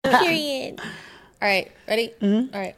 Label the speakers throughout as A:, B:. A: Period. Mm-hmm. All right, ready? All right.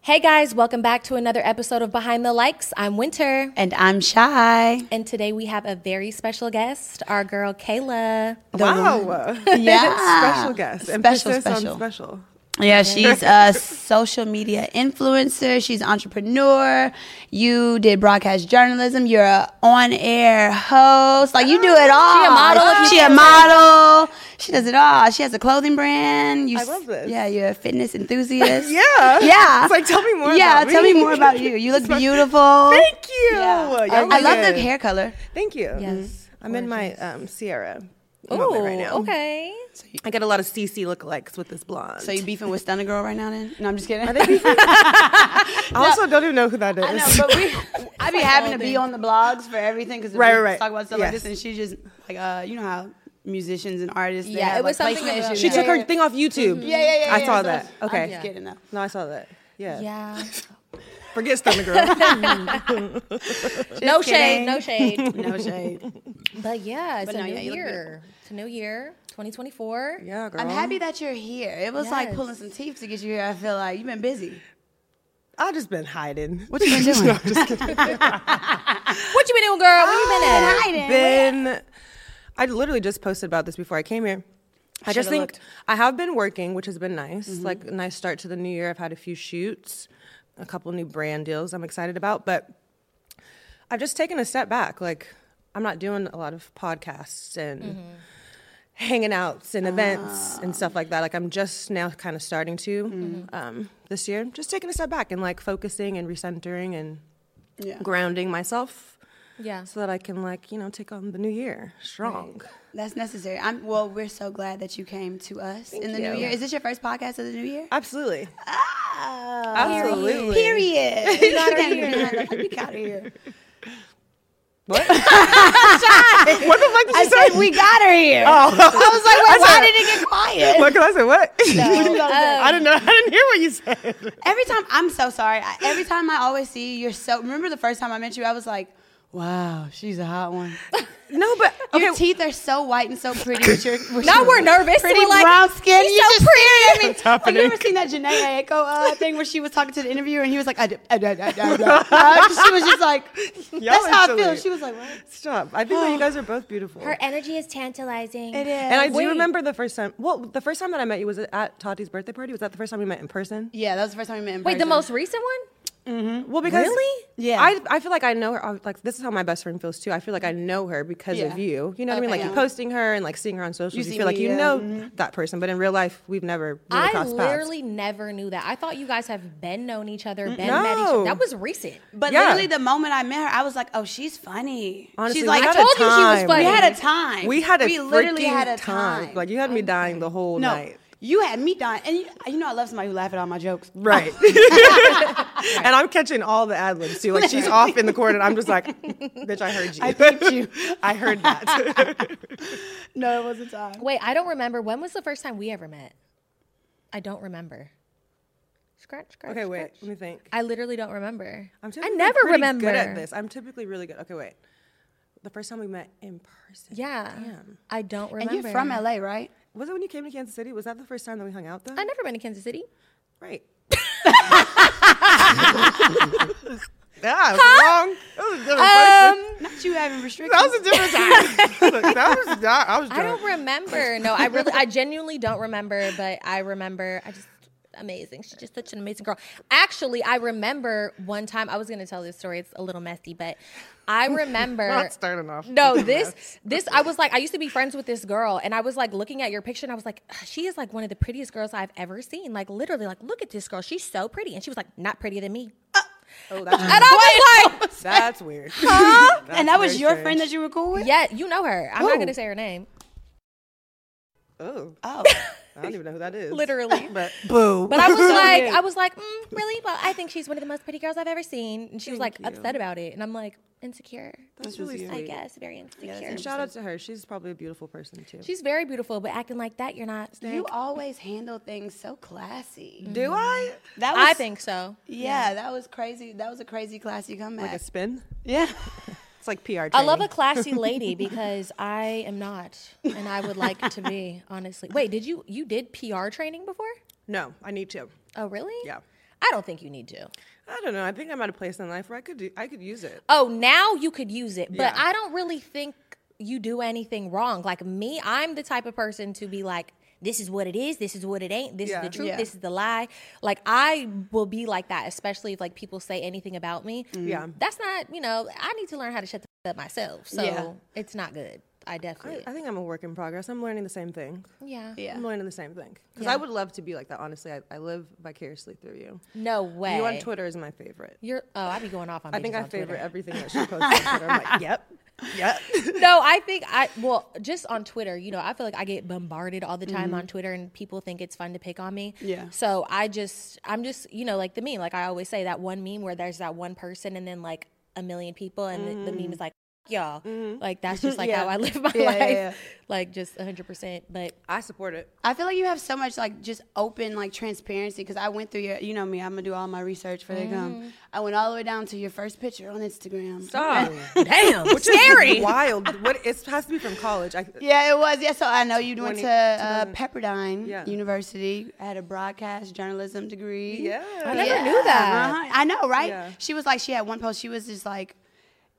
A: Hey guys, welcome back to another episode of Behind the Likes. I'm Winter,
B: And I'm shy.
A: and today we have a very special guest, our girl Kayla.
C: Wow.
B: Yeah.
C: special guest.
B: Special,
C: Emphasis
B: special.
C: on special.
B: Yeah, she's a social media influencer. She's entrepreneur. You did broadcast journalism. You're a on-air host. Like you do it all.
A: a model if you
B: She a
A: can't
B: model. She does it all. She has a clothing brand. You,
C: I
B: s-
C: love this.
B: Yeah, you're a fitness enthusiast.
C: Yeah.
B: Yeah.
C: It's like, tell me more
B: Yeah,
C: about
B: tell me
C: me.
B: more about you. You look beautiful.
C: Thank you.
B: Yeah.
C: Y'all
B: I, I love
C: look
B: the
C: good.
B: hair color.
C: Thank you.
A: Yes,
C: I'm in my um, Sierra
A: Ooh,
C: moment right now.
A: okay.
C: I get a lot of CC lookalikes with this blonde.
B: So you beefing with Stunner Girl right now then? No, I'm just kidding.
C: I also don't even know who that is.
B: I know, but we, I be having to be on the blogs for everything because
C: Right,
B: we
C: right, right.
B: talk about stuff like this,
C: Yes.
B: and she just like uh, you know how musicians and artists. they
A: Yeah,
B: have,
A: it was
B: like,
A: something
B: placement
A: about-
B: issues
C: she
B: now.
C: took her thing off YouTube.
B: Mm-hmm. Yeah, yeah, yeah.
C: I
B: yeah,
C: saw
B: so
C: that.
B: it's-
C: Okay.
B: I'm just kidding though.
C: No, I saw that. Yeah.
A: Yeah.
C: Forget Stunner Girl.
A: no
B: Just kidding.
A: shade, no shade.
B: No shade.
A: but yeah, it's
B: But
A: a
B: no,
A: new
B: yeah, you look
A: year. It's a new year, 2024.
C: yeah, girl.
B: I'm happy that you're here. It was like
A: Yes.
B: pulling some teeth to get you here. I feel like you've been busy.
C: I've just been hiding.
B: What you been doing?
A: What you been doing, girl? Where you been at?
C: been I literally just posted about this before I came here. I just
B: Shoulda
C: think
B: looked. Mm-hmm.
C: I have been working, which has been nice. Like a nice start to the new year. I've had a few shoots, a couple new brand deals I'm excited about, but I've just taken a step back. Like I'm not doing a lot of podcasts and
B: Mm-hmm.
C: hanging outs and
B: Ah.
C: events and stuff like that. Like I'm just now kind of starting to
B: Mm-hmm.
C: um, this year. Just taking a step back and like focusing and recentering and
B: Yeah.
C: grounding myself
A: Yeah.
C: so that I can like you know take on the new year strong.
B: That's necessary. I'm well. We're so glad that you came to us in the
C: you.
B: new year. Is this your first podcast of the new year?
C: Absolutely,
B: Oh,
C: Uh, Absolutely.
B: Period. We got here. We got here.
C: what the fuck did
B: I
C: you say?
B: said we got her here. Oh. I was like, wait, why did it get quiet?
C: What? 'Cause I said what?
A: Um,
C: I didn't know. I didn't hear what you said.
B: Every time, I'm so sorry. I, every time I always see you, you're so. Remember the first time I met you, I was like, wow, she's a hot one.
C: No, but
B: Your teeth are so white and so pretty. With your, with
A: Now
B: your
A: we're nervous.
B: Pretty
A: We're like,
B: brown skin.
A: "She's
B: you
A: so
B: just pretty. At me.
C: What's
B: Like, you ever
C: happening?
B: seen that Janae Echo uh, thing where she was talking to the interviewer and he was like, I, d- I, d- I, d- I, d- I, d- uh, she was just like, that's
C: are
B: how I
C: silly.
B: feel. She was like, what?
C: Stop. I think that you guys are both beautiful.
A: Her energy is tantalizing.
B: It is.
C: and I do
A: Wait.
C: remember the first time. Well, the first time that I met you was at Tati's birthday party. Was that the first time we met in person?
B: yeah, that was the first time we met. In
A: Wait, the
B: person.
A: most recent one?
C: Well, because
A: Really?
B: Yeah.
C: I, I feel like I know her. I- Like this is how my best friend feels too. I feel like I know her because
B: Yeah.
C: of you. You know what I mean?
B: Okay.
C: Like you
B: Yeah.
C: posting her and like seeing her on socials.
B: You
C: You,
B: see
C: feel like
B: me,
C: you
B: yeah.
C: know that person, but in real life, we've never really
A: I
C: crossed paths.
A: literally never knew that. I thought you guys have been known each other, been met each other.
C: No.
A: That was recent.
B: But
C: Yeah.
B: literally, the moment I met her, I was like, "Oh, she's funny."
C: Honestly,
B: she's
C: we
B: like,
C: had
A: I told
C: a
A: you she
C: time.
A: was funny.
B: We had a time.
C: We had a
B: We literally
C: freaking
B: had a
C: time.
B: time.
C: Like you had me dying the whole
B: no,
C: night.
B: you had me dying, and you, you know I love somebody who laugh at all my jokes.
C: Right. and I'm catching all the ad libs too. Like she's off in the corner and I'm just like, bitch, I heard you.
B: I picked you.
C: I heard that.
B: No, it was a time.
A: Wait, I don't remember. When was the first time we ever met? I don't remember. Scratch, scratch.
C: okay, wait.
A: scratch.
C: Let me think.
A: I literally don't remember.
C: I'm
A: I
C: typically
A: never
C: pretty
A: remember.
C: good at this. I'm typically really good. Okay, wait. The first time we met in person.
A: Yeah.
C: Damn.
A: I don't
B: And
A: remember.
B: you're from LA, right?
C: Was it when you came to Kansas City? Was that the first time that we hung out though?
A: I never been to Kansas City.
C: Right. yeah, it was wrong. That was a different person.
A: Um,
B: Not you having restrictions.
C: That was a different time. Look, that was that, I was
A: I
C: drunk.
A: don't remember. No, I really, I genuinely don't remember. But I remember. I just amazing. She's just such an amazing girl. Actually, I remember one time. I was going to tell this story. It's a little messy, but I remember.
C: Not starting off.
A: No, this this I was like I used to be friends with this girl and I was like looking at your picture and I was like she is like one of the prettiest girls I've ever seen. Like literally like look at this girl. She's so pretty and she was like not prettier than me.
C: Oh, that's,
A: And I was like
C: that's weird.
B: and that was
C: very
B: your
C: strange.
B: friend that you were cool with.
A: yeah, you know her. I'm not
B: Who?
A: going to say her name.
C: Oh,
B: Oh,
C: I don't even know who that is.
A: Literally.
C: But boo.
A: But I was like, I was like, mm, really? Well, I think she's one of the most pretty girls I've ever seen. And she was like upset about it. And I'm like, insecure.
C: that's really
A: I
C: sweet.
A: guess very insecure.
C: And shout out to her. She's probably a beautiful person too.
A: she's very beautiful, but acting like that, you're not.
B: you always handle things so classy.
A: Mm.
C: Do I?
B: That was,
A: I think so.
B: Yeah, that was crazy. That was a crazy classy comeback.
C: Like a spin?
B: yeah.
C: like PR. Training.
A: I love a classy lady because I am not, and I would like to be. Honestly, wait, did you you did PR training before?
C: no, I need to.
A: Oh, really?
C: Yeah.
A: I don't think you need to.
C: I don't know. I think I'm at a place in life where I could do, I could use it.
A: Oh, now you could use it, but
C: Yeah.
A: I don't really think you do anything wrong. Like me, I'm the type of person to be like. This is what it is. This is what it ain't. This
C: Yeah.
A: is the truth.
B: Yeah.
A: This is the lie. Like I will be like that, especially if like people say anything about me.
C: Mm-hmm. Yeah.
A: that's not you know. I need to learn how to shut the f- up myself. So
B: Yeah.
A: it's not good. I definitely.
C: I think I'm a work in progress. I'm learning the same thing.
A: yeah.
B: Yeah.
C: I'm learning the same thing because
A: Yeah.
C: I would love to be like that. Honestly, I, I live vicariously through you.
A: No way.
C: You on Twitter is my favorite.
A: You're oh, I be going off on.
C: I think
A: bitches
C: I
A: on
C: favor
A: Twitter.
C: everything that she posts on Twitter. I'm like, yep, yep.
A: No, I think I well, just on Twitter, you know, I feel like I get bombarded all the time
C: Mm-hmm.
A: on Twitter, and people think it's fun to pick on me.
B: Yeah.
A: So I just, I'm just, you know, like the meme. Like I always say, that one meme where there's that one person, and then like a million people, and the, the meme
C: Mm-hmm.
A: is like, "F y'all. Like that's just like
B: Yeah.
A: how I live my
B: Yeah, yeah,
A: life.
B: yeah.
A: Like just 100. percent But
C: I support it.
B: I feel like you have so much like just open like transparency because I went through your you know me I'm gonna do all my research for the gum. I went all the way down to your first picture on Instagram.
C: Stop.
A: damn,
C: Which is
A: scary.
C: Wild. What? It has to be from college. I,
B: Yeah, it was. Yeah, so I know you went
C: 20
B: to uh, Pepperdine
C: Yeah.
B: University. I had a broadcast journalism degree.
C: Yeah. I
A: never knew that.
B: Uh-huh. I know, right?
C: Yeah.
B: She was like, she had one post. She was just like,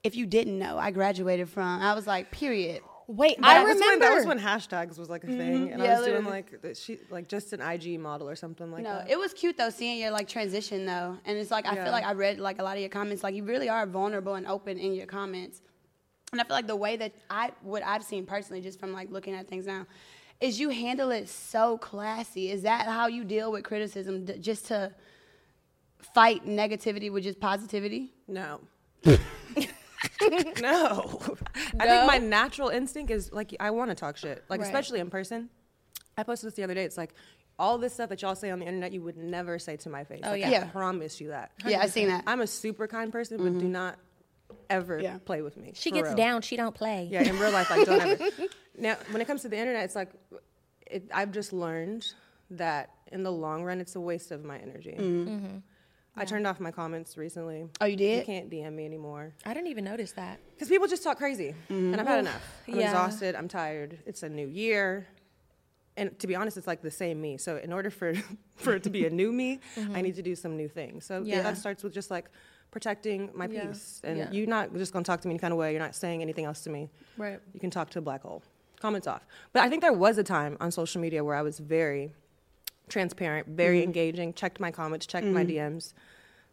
B: if you didn't know, I graduated from. I was like, period.
A: Wait,
C: That
A: I
C: was when-
A: remember.
C: that was when hashtags was like a thing, and
B: Mm-hmm. Yeah,
C: I was doing
B: literally.
C: like the- she like just an IG model or something like
B: No,
C: that.
B: it was cute though seeing your like transition though, and it's like I
C: Yeah.
B: feel like I read like a lot of your comments. Like you really are vulnerable and open in your comments, and I feel like the way that I what I've seen personally, just from like looking at things now, is you handle it so classy. Is that how you deal with criticism? D- just to fight negativity with just positivity?
C: No. no. I think my natural instinct is like I want to talk shit, like
A: Right.
C: especially in person. I posted this the other day. It's like all this stuff that y'all say on the internet, you would never say to my face. Oh like,
A: yeah.
B: Yeah.
C: I promise you that.
B: Yeah, I've seen that. Mm-hmm.
C: I'm a super kind person, but do not ever
B: Yeah.
C: play with me.
A: she
C: for
A: gets
C: real.
A: down. She don't play.
C: Yeah, in real life, like don't ever. Now, when it comes to the internet, it's like it, I've just learned that in the long run, it's a waste of my energy.
B: Mm-hmm.
A: Mm-hmm.
C: I turned off my comments recently.
B: Oh, you
C: You
B: did?
C: can't DM me anymore
A: I didn't even notice that.
C: because people just talk crazy, and I've had enough. I'm
A: Mm-hmm. yeah.
C: exhausted. I'm tired. It's a new year, and to be honest, it's like the same me. So in order for for it to be a new me, I need to do some new things. So yeah.
A: Mm-hmm. Yeah.
C: that starts with just like protecting my
A: Yeah.
C: peace. And
A: Yeah.
C: you're not just gonna talk to me any kind of way. You're not saying anything else to me.
A: Right.
C: You can talk to a black hole. Comments off. But I think there was a time on social media where I was very transparent,
A: Mm-hmm.
C: very engaging. Checked my comments. Checked my DMs.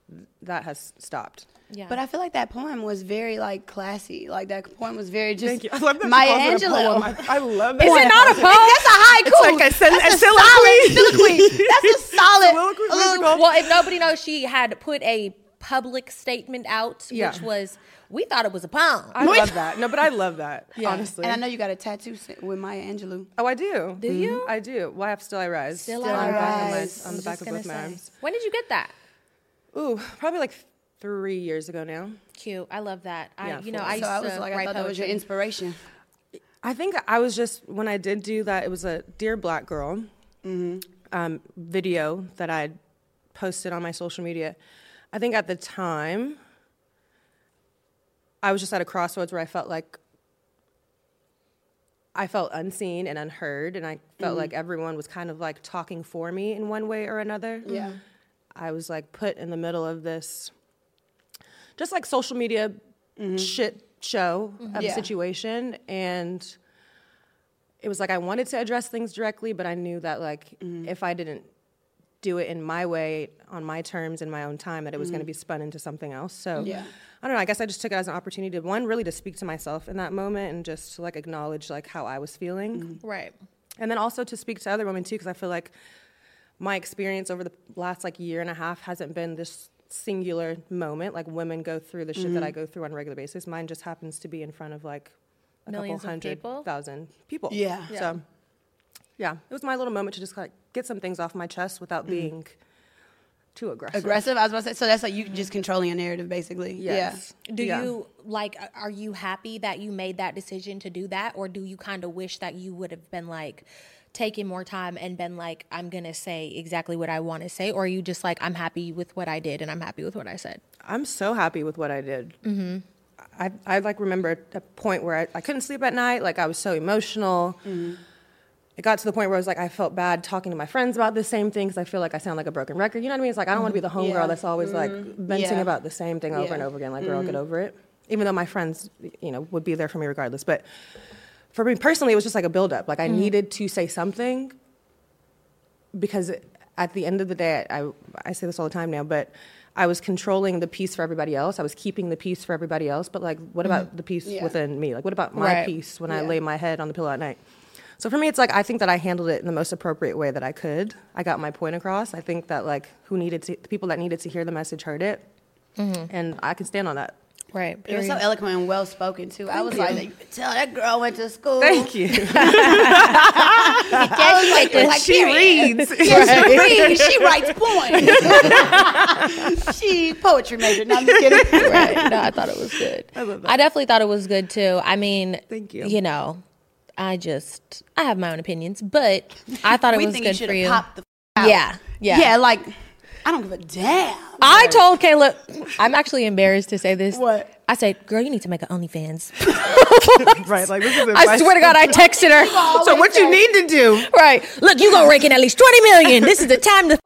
C: Th- That has stopped.
A: Yeah.
B: But I feel like that poem was very like classy. Like that poem was very just
C: Thank you. I love that you
B: Maya
C: called it a
B: Angelou.
C: poem. I- I love
B: Is
C: that
B: it
C: you
B: not a poem?
C: called it a
B: That's a haiku.
C: like a sen-
B: That's
C: a soliloquy.
B: solid soliloquy. That's a solid.
C: Soliloquy,
B: a little-
C: musical.
A: Well, if nobody knows, she had put a public statement out,
C: Yeah.
A: which was we thought it was a poem.
C: I love that. No, but I love that. Honestly.
B: and I know you got a tattoo s- with Maya Angelou.
C: Oh, I do. Do
A: you?
C: I do. Why have still I rise?
A: Still
C: on
A: I
C: the back of my-
B: Rise.
C: on the back of both my arms.
A: When did you get that?
C: Ooh, probably like three years ago now.
A: Cute. I love that. I,
C: Yeah,
A: you know,
C: full.
A: I used
B: So I was
A: to
B: like,
A: write
B: I thought that was your
A: poetry.
B: inspiration.
C: I think I was just when I did do that. It was a dear black girl um, video that I posted on my social media. I think at the time, I was just at a crossroads where I felt like I felt unseen and unheard, and I felt like everyone was kind of like talking for me in one way or another.
A: Mm-hmm.
B: Yeah.
C: I was like put in the middle of this, just like social media shit show of
B: Mm-hmm. Yeah.
C: situation, and it was like I wanted to address things directly, but I knew that like
B: Mm-hmm.
C: if I didn't do it in my way, on my terms, in my own time, that it was going to be spun into something else. So
B: Mm-hmm. Yeah.
C: I don't know. I guess I just took it as an opportunity to one really to speak to myself in that moment and just to like acknowledge like how I was feeling
B: Mm-hmm.
A: right.
C: and then also to speak to other women too because i feel like my experience over the last like year and a half hasn't been this singular moment like women go through the shit that
A: Mm-hmm.
C: i go through on a regular basis mine just happens to be in front of like a
A: Millions of
C: couple hundred
A: people?
C: thousand people
B: Yeah. Yeah.
C: so yeah it was my little moment to just like get some things off my chest without being too aggressive
B: Aggressive. I was about to say. So that's like you just controlling your narrative, basically.
C: yes
A: Do
C: Yeah.
A: you like? Are you happy that you made that decision to do that, or do you kind of wish that you would have been like taking more time and been like, I'm gonna say exactly what I want to say, or are you just like, I'm happy with what I did and I'm happy with what I said?
B: Mm-hmm.
C: I'm so happy with what I did. I, I like remember a point where I, I couldn't sleep at night. Like I was so emotional.
B: Mm-hmm.
C: It got to the point where I was like, I felt bad talking to my friends about the same thing because I feel like I sound like a broken record. You know what I mean? It's like I don't want to be the homegirl
B: Mm-hmm. Yeah. Mm-hmm.
C: that's always like venting
B: Yeah.
C: about the same thing over
B: Yeah. Mm-hmm.
C: and over again. Like, girl, get over it. Even though my friends, you know, would be there for me regardless. But for me personally, it was just like a buildup. Like I
B: Mm-hmm.
C: needed to say something because at the end of the day, I, I say this all the time now, but I was controlling the piece for everybody else. I was keeping the piece for everybody else. But like, what about the piece
B: Mm-hmm. Yeah.
C: within me? Like, what about my
A: Right.
C: piece when I
B: Yeah.
C: lay my head on the pillow at night? So for me, it's like I think that I handled it in the most appropriate way that I could. I got my point across. I think that like who needed to, the people that needed to hear the message heard it,
B: Mm-hmm.
C: and I can stand on that.
A: Right.
B: It was so eloquent and well spoken too. I was like, you could tell that girl went to school.
C: Thank you.
B: I was like, like,
C: she
B: period.
C: reads.
B: Yeah, she reads. She writes poems. she poetry major. No, I'm just kidding.
A: right. No, I thought it was good. I, definitely thought it was good too. I mean,
C: Thank you.
A: You know, I just I have my own opinions, but I thought it
B: we
A: was
B: think
A: good
B: you
A: for
B: should
A: you.
B: have popped the f- out.
A: Yeah, yeah.
B: Yeah, like, I don't give a damn.
A: I told Caleb, I'm actually embarrassed to say this.
B: What?
A: I said, girl, you need to make an OnlyFans.
C: right. Like this is
A: I swear to God, I texted her.
C: So what you need to do?
A: Right. Look, you gonna rake in at least 20 million. This is the time to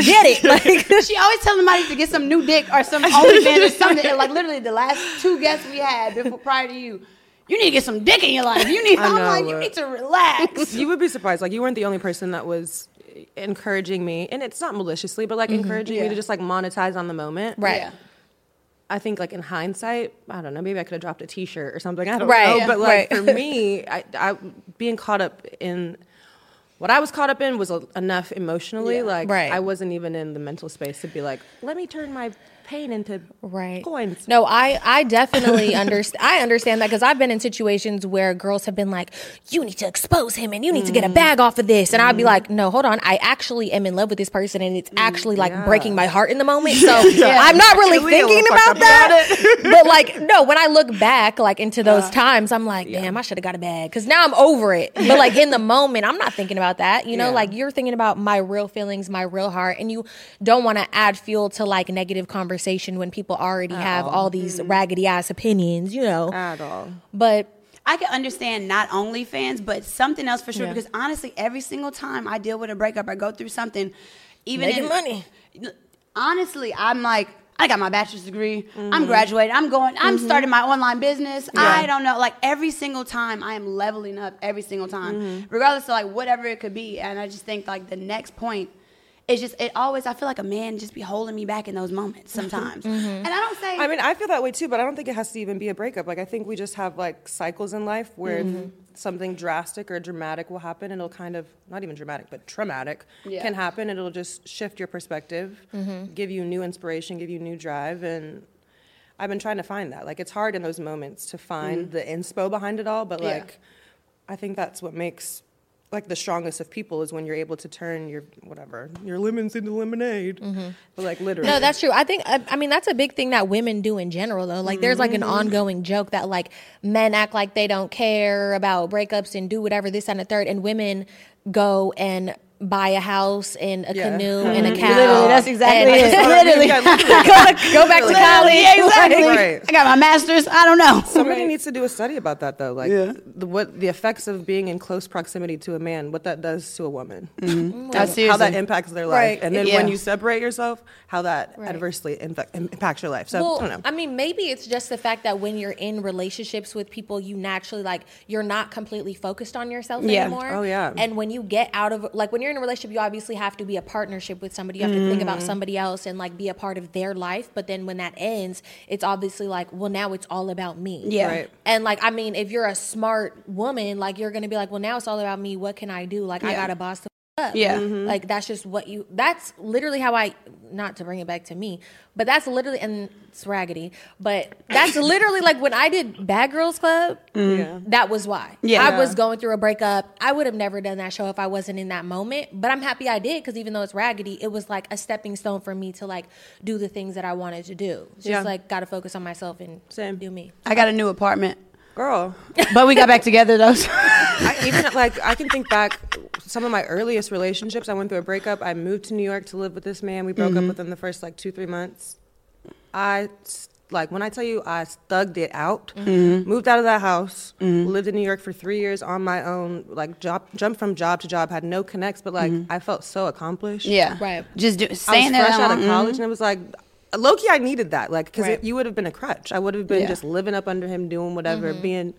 A: get it. Like,
B: She always telling somebody to get some new dick or some OnlyFans or something. And like literally the last two guests we had before prior to you, you need to get some dick in your life. You need.
C: I
B: I'm
C: know,
B: like, you
C: uh,
B: need to relax.
C: you would be surprised. Like you weren't the only person that was encouraging me, and it's not maliciously, but like encouraging
B: Yeah.
C: me to just like monetize on the moment.
A: Mm-hmm. right.
B: Yeah.
C: I think like in hindsight, I don't know. Maybe I could have dropped a T-shirt or something. I don't
A: Right.
C: know.
A: Yeah.
C: But like
A: Right.
C: for me, I, I being caught up in. What I was caught up in was a, enough emotionally.
B: Yeah.
C: Like
A: Right.
C: I wasn't even in the mental space to be like, let me turn my pain into
A: right
C: coins.
A: no i i definitely understand i understand that because i've been in situations where girls have been like you need to expose him and you need to get a bag off of this and i'd be like no hold on i actually am in love with this person and it's actually like breaking my heart in the moment so i'm not really
C: Actually, I
A: thinking
C: will
A: about
C: talk
A: that but like no when i look back like into those times i'm like damn i should have got a bag because now i'm over it but like in the moment i'm not thinking about that you know
C: Yeah.
A: like you're thinking about my real feelings my real heart and you don't want to add fuel to like negative conversation when people already have all these raggedy ass opinions you know
C: at all.
A: but
B: I can understand not only fans, but something else for sure.
A: Yeah.
B: Because honestly, every single time I deal with a breakup or go through something, even
A: Making
B: in-
A: money.
B: Honestly, I'm like, I got my bachelor's degree.
C: Mm-hmm.
B: I'm graduating. I'm going. I'm starting my online business. I don't know. Like every single time, I am leveling up every single time,
C: Mm-hmm.
B: regardless of like whatever it could be. And I just think like the next point. is just it always. I feel like a man just be holding me back in those moments sometimes, and I don't say.
C: Mm-hmm. I mean, I feel that way too, but I don't think it has to even be a breakup. Like, I think we just have like cycles in life where
B: Mm-hmm.
C: something drastic or dramatic will happen, and it'll kind of not even dramatic, but traumatic
B: Yeah. Mm-hmm.
C: can happen, and it'll just shift your perspective, give you new inspiration, give you new drive, and I've been trying to find that. Like, it's hard in those moments to find the inspo behind it all, but
B: Mm-hmm. Yeah.
C: like, I think that's what makes like the strongest of people is when you're able to turn your whatever your lemons into lemonade,
B: Mm-hmm.
C: but like literally.
A: No, that's true. I think I, I mean that's a big thing that women do in general though. Like there's
B: Mm-hmm.
A: like an ongoing joke that like men act like they don't care about breakups and do whatever this and a third, and women go and buy a house and a
C: Yeah.
A: canoe and a cow.
B: Mm-hmm. Literally, that's exactly
A: and-
B: it.
C: Literally. Yeah, literally.
A: go, go back to college.
B: Yeah, exactly.
C: Right.
B: I got my master's. I don't know.
C: Somebody needs to do a study about that, though. Like
B: Yeah.
C: the, what the effects of being in close proximity to a man, what that does to a woman,
B: That's
C: how that impacts their life,
A: Right.
C: and then
B: Yeah.
C: when you separate yourself, how that
A: Right.
C: adversely infa- im- impacts your life. So
A: well,
C: I don't know.
A: mean, maybe it's just the fact that when you're in relationships with people, you naturally like you're not completely focused on yourself
B: Yeah.
A: anymore.
C: Oh, yeah.
A: And when you get out of like when you're in a relationship, you obviously have to be a partnership with somebody. You have to think about
C: Mm.
A: somebody else and like be a part of their life. But then when that ends, it's obviously like, well, now it's all about me.
B: Yeah.
C: Right.
A: And like, I mean, if you're a smart woman, like you're gonna be like, well, now it's all about me. What can I do? Like, I
B: Yeah.
A: got to boss the f- up.
B: Yeah.
C: Mm-hmm.
A: Like that's just what you. That's literally how I. Not to bring it back to me, but that's literally and it's raggedy. But that's literally like when I did Bad Girls Club.
C: Yeah.
A: That was why.
B: Mm-hmm. Yeah.
A: I was going through a breakup. I would have never done that show if I wasn't in that moment. But I'm happy I did because even though it's raggedy, it was like a stepping stone for me to like do the things that I wanted to do. It's just
C: Yeah.
A: like got to focus on myself and
C: Same.
A: do me.
B: I got a new apartment,
C: Girl,
B: but we got back together though.
C: I, even like I can think back some of my earliest relationships. I went through a breakup. I moved to New York to live with this man. We broke up within the first like two three months. I s- like when I tell you I thugged it out, moved out of that house, lived in New York for three years on my own, like job, jumped from job to job, had no connects, but like I felt so accomplished.
B: Yeah.
A: Right.
B: Just do,
C: I was
B: staying there
C: fresh
B: that
C: out of
B: long, mhm.
C: college, and it was like, Loki, I needed that, like, because
A: Right.
C: you would have been a crutch. I would have been
B: Yeah.
C: just living up under him, doing whatever, being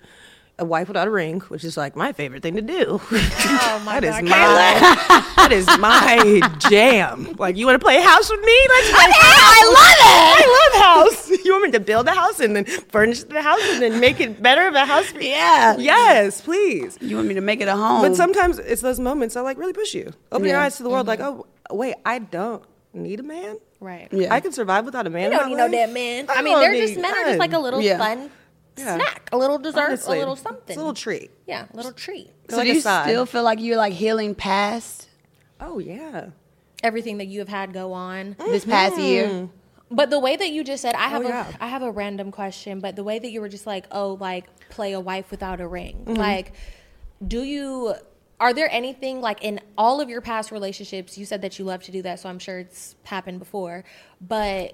C: a wife without a ring, which is like my favorite thing to do. Oh my
A: God,
C: that is my jam. Like, you want to play house with me? Let's play
B: I
C: house. You want me to build a house and then furnish the house and then make it better of a house? for-
B: Mm-hmm. Yeah.
C: Yes, please.
B: You want me to make it a home?
A: Oh.
C: But sometimes it's those moments that like really push you. Open your
B: Yeah.
C: eyes to the world. Like, oh wait, I don't need a man.
A: Mm-hmm. Right.
B: Yeah.
C: I can survive without a
A: You
C: man. in
A: don't
C: my
A: need no
C: life.
A: damn man. I,
C: I
A: mean,
C: don't
A: they're just
C: need
A: men are just like a
C: none.
A: little
B: Yeah.
A: fun
C: Yeah.
A: snack, a little dessert,
C: Honestly,
A: a little
C: it's a
A: something,
C: little treat.
A: Yeah, a little treat.
B: so
C: like
B: do
C: a
B: you
C: side.
B: still feel like you're like healing past
C: Oh yeah.
A: Everything that you have had go on.
B: this
C: Mm-hmm.
B: past year?
A: But the way that you just said, I have
C: Oh,
A: a I
C: yeah.
A: have a random question, but the way that you were just like, oh, like play a wife without a ring.
C: Mm-hmm.
A: Like, do you are there anything like in all of your past relationships, you said that you love to do that, so I'm sure it's happened before, but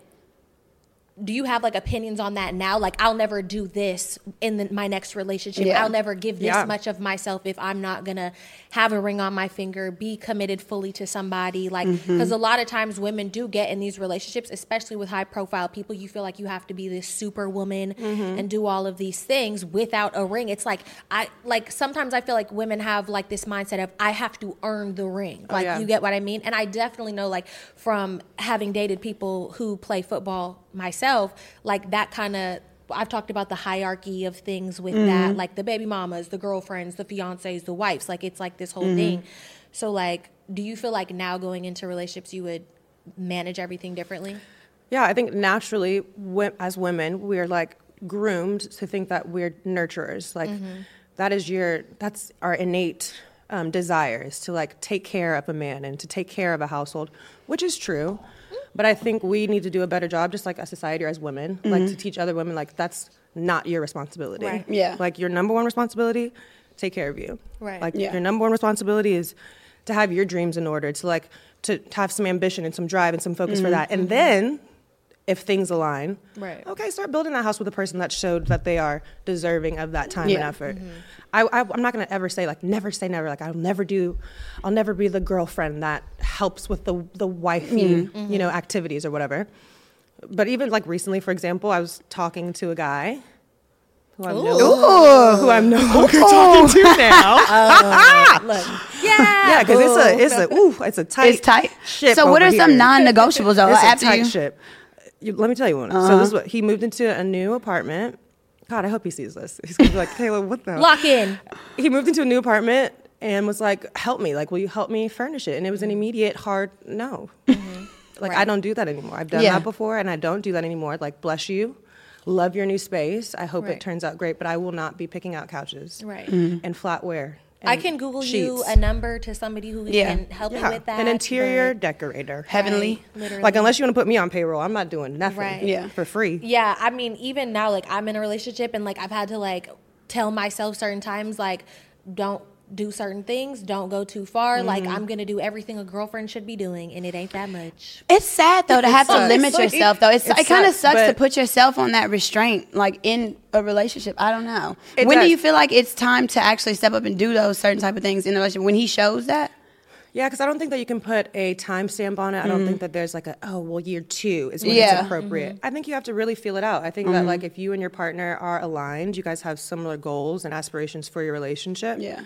A: do you have like opinions on that now? Like, I'll never do this in the, my next relationship.
B: Yeah.
A: I'll never give this
C: Yeah.
A: much of myself if I'm not gonna have a ring on my finger, be committed fully to somebody. Like, because a lot of times women do get in these relationships, especially with high profile people. You feel like you have to be this superwoman and do all of these things without a ring. It's like I like sometimes I feel like women have like this mindset of I have to earn the ring. Like
C: yeah.
A: you get what I mean. And I definitely know like from having dated people who play football myself, like that kind of. I've talked about the hierarchy of things with that,
C: Mm-hmm.
A: like the baby mamas, the girlfriends, the fiancés, the wives. Like it's like this whole
C: Mm-hmm.
A: thing. So like, do you feel like now going into relationships you would manage everything differently?
C: Yeah, I think naturally, wo- as women, we're like groomed to think that we're nurturers. Like
A: Mm-hmm.
C: that is your that's our innate um, desire is to like take care of a man and to take care of a household, which is true.
A: Mm-hmm.
C: But I think we need to do a better job, just like as society or as women, like to teach other women like that's not your responsibility.
A: Mm-hmm. Right.
B: Yeah.
C: Like your number one responsibility, take care of you.
A: Right.
C: Like
B: Yeah.
C: your number one responsibility is to have your dreams in order, to like to, to have some ambition and some drive and some focus for that. And
B: Mm-hmm.
C: then if things align,
A: Right.
C: Okay, start building that house with a person that showed that they are deserving of that time and
B: Yeah. Mm-hmm.
C: effort. I, I, I'm not gonna ever say like never say never. Like I'll never do, I'll never be the girlfriend that helps with the the wifey
B: Mm-hmm.
C: you know activities or whatever. But even like recently, for example, I was talking to a guy who I'm no, who I'm no longer talking to now.
A: Look, yeah,
C: yeah, because it's a it's a ooh, it's a tight
B: It's tight.
C: ship.
B: so what
C: over
B: are some
C: here.
B: non-negotiables though?
C: It's a
B: after
C: tight
B: you,
C: ship. You- let me tell you one. So this is what he moved into a new apartment. God, I hope he sees this. He's gonna be like, Taylor, what the?
A: lock in.
C: He moved into a new apartment and was like, help me. Like, will you help me furnish it? And it was an immediate hard no. Like, I
A: Right.
C: don't do that anymore. I've done
B: Yeah.
C: that before and I don't do that anymore. Like, bless you. Love your new space. I hope
A: Right.
C: it turns out great, but I will not be picking out couches
A: Right.
C: and flatware.
A: I
C: and
A: can Google you
C: sheets.
A: a number to somebody who
B: Yeah.
A: can help you
C: Yeah,
A: with that.
C: an interior
A: but-
C: decorator.
B: heavenly.
A: Right, literally.
C: Like, unless you want to put me on payroll, I'm not doing nothing
A: Right.
B: Yeah.
C: for free.
A: Yeah, I mean, even now, like I'm in a relationship, and like I've had to like tell myself certain times, like don't do certain things, don't go too far. Like I'm gonna do everything a girlfriend should be doing, and it ain't that much.
B: It's sad though to have to
C: sucks.
B: limit
C: Like,
B: yourself though. It's,
C: it
B: it, kind of
C: sucks,
B: sucks to
C: but-
B: put yourself on that restraint, like in a relationship. I don't know.
C: It
B: when do
C: does.
B: you feel like it's time to actually step up and do those certain type of things in a relationship? When he shows that,
C: Yeah, because I don't think that you can put a timestamp on it. I
B: Mm-hmm.
C: don't think that there's like a oh well year two is when
B: Yeah.
C: it's appropriate.
B: Mm-hmm.
C: I think you have to really feel it out. I think that like if you and your partner are aligned, you guys have similar goals and aspirations for your relationship.
B: Yeah.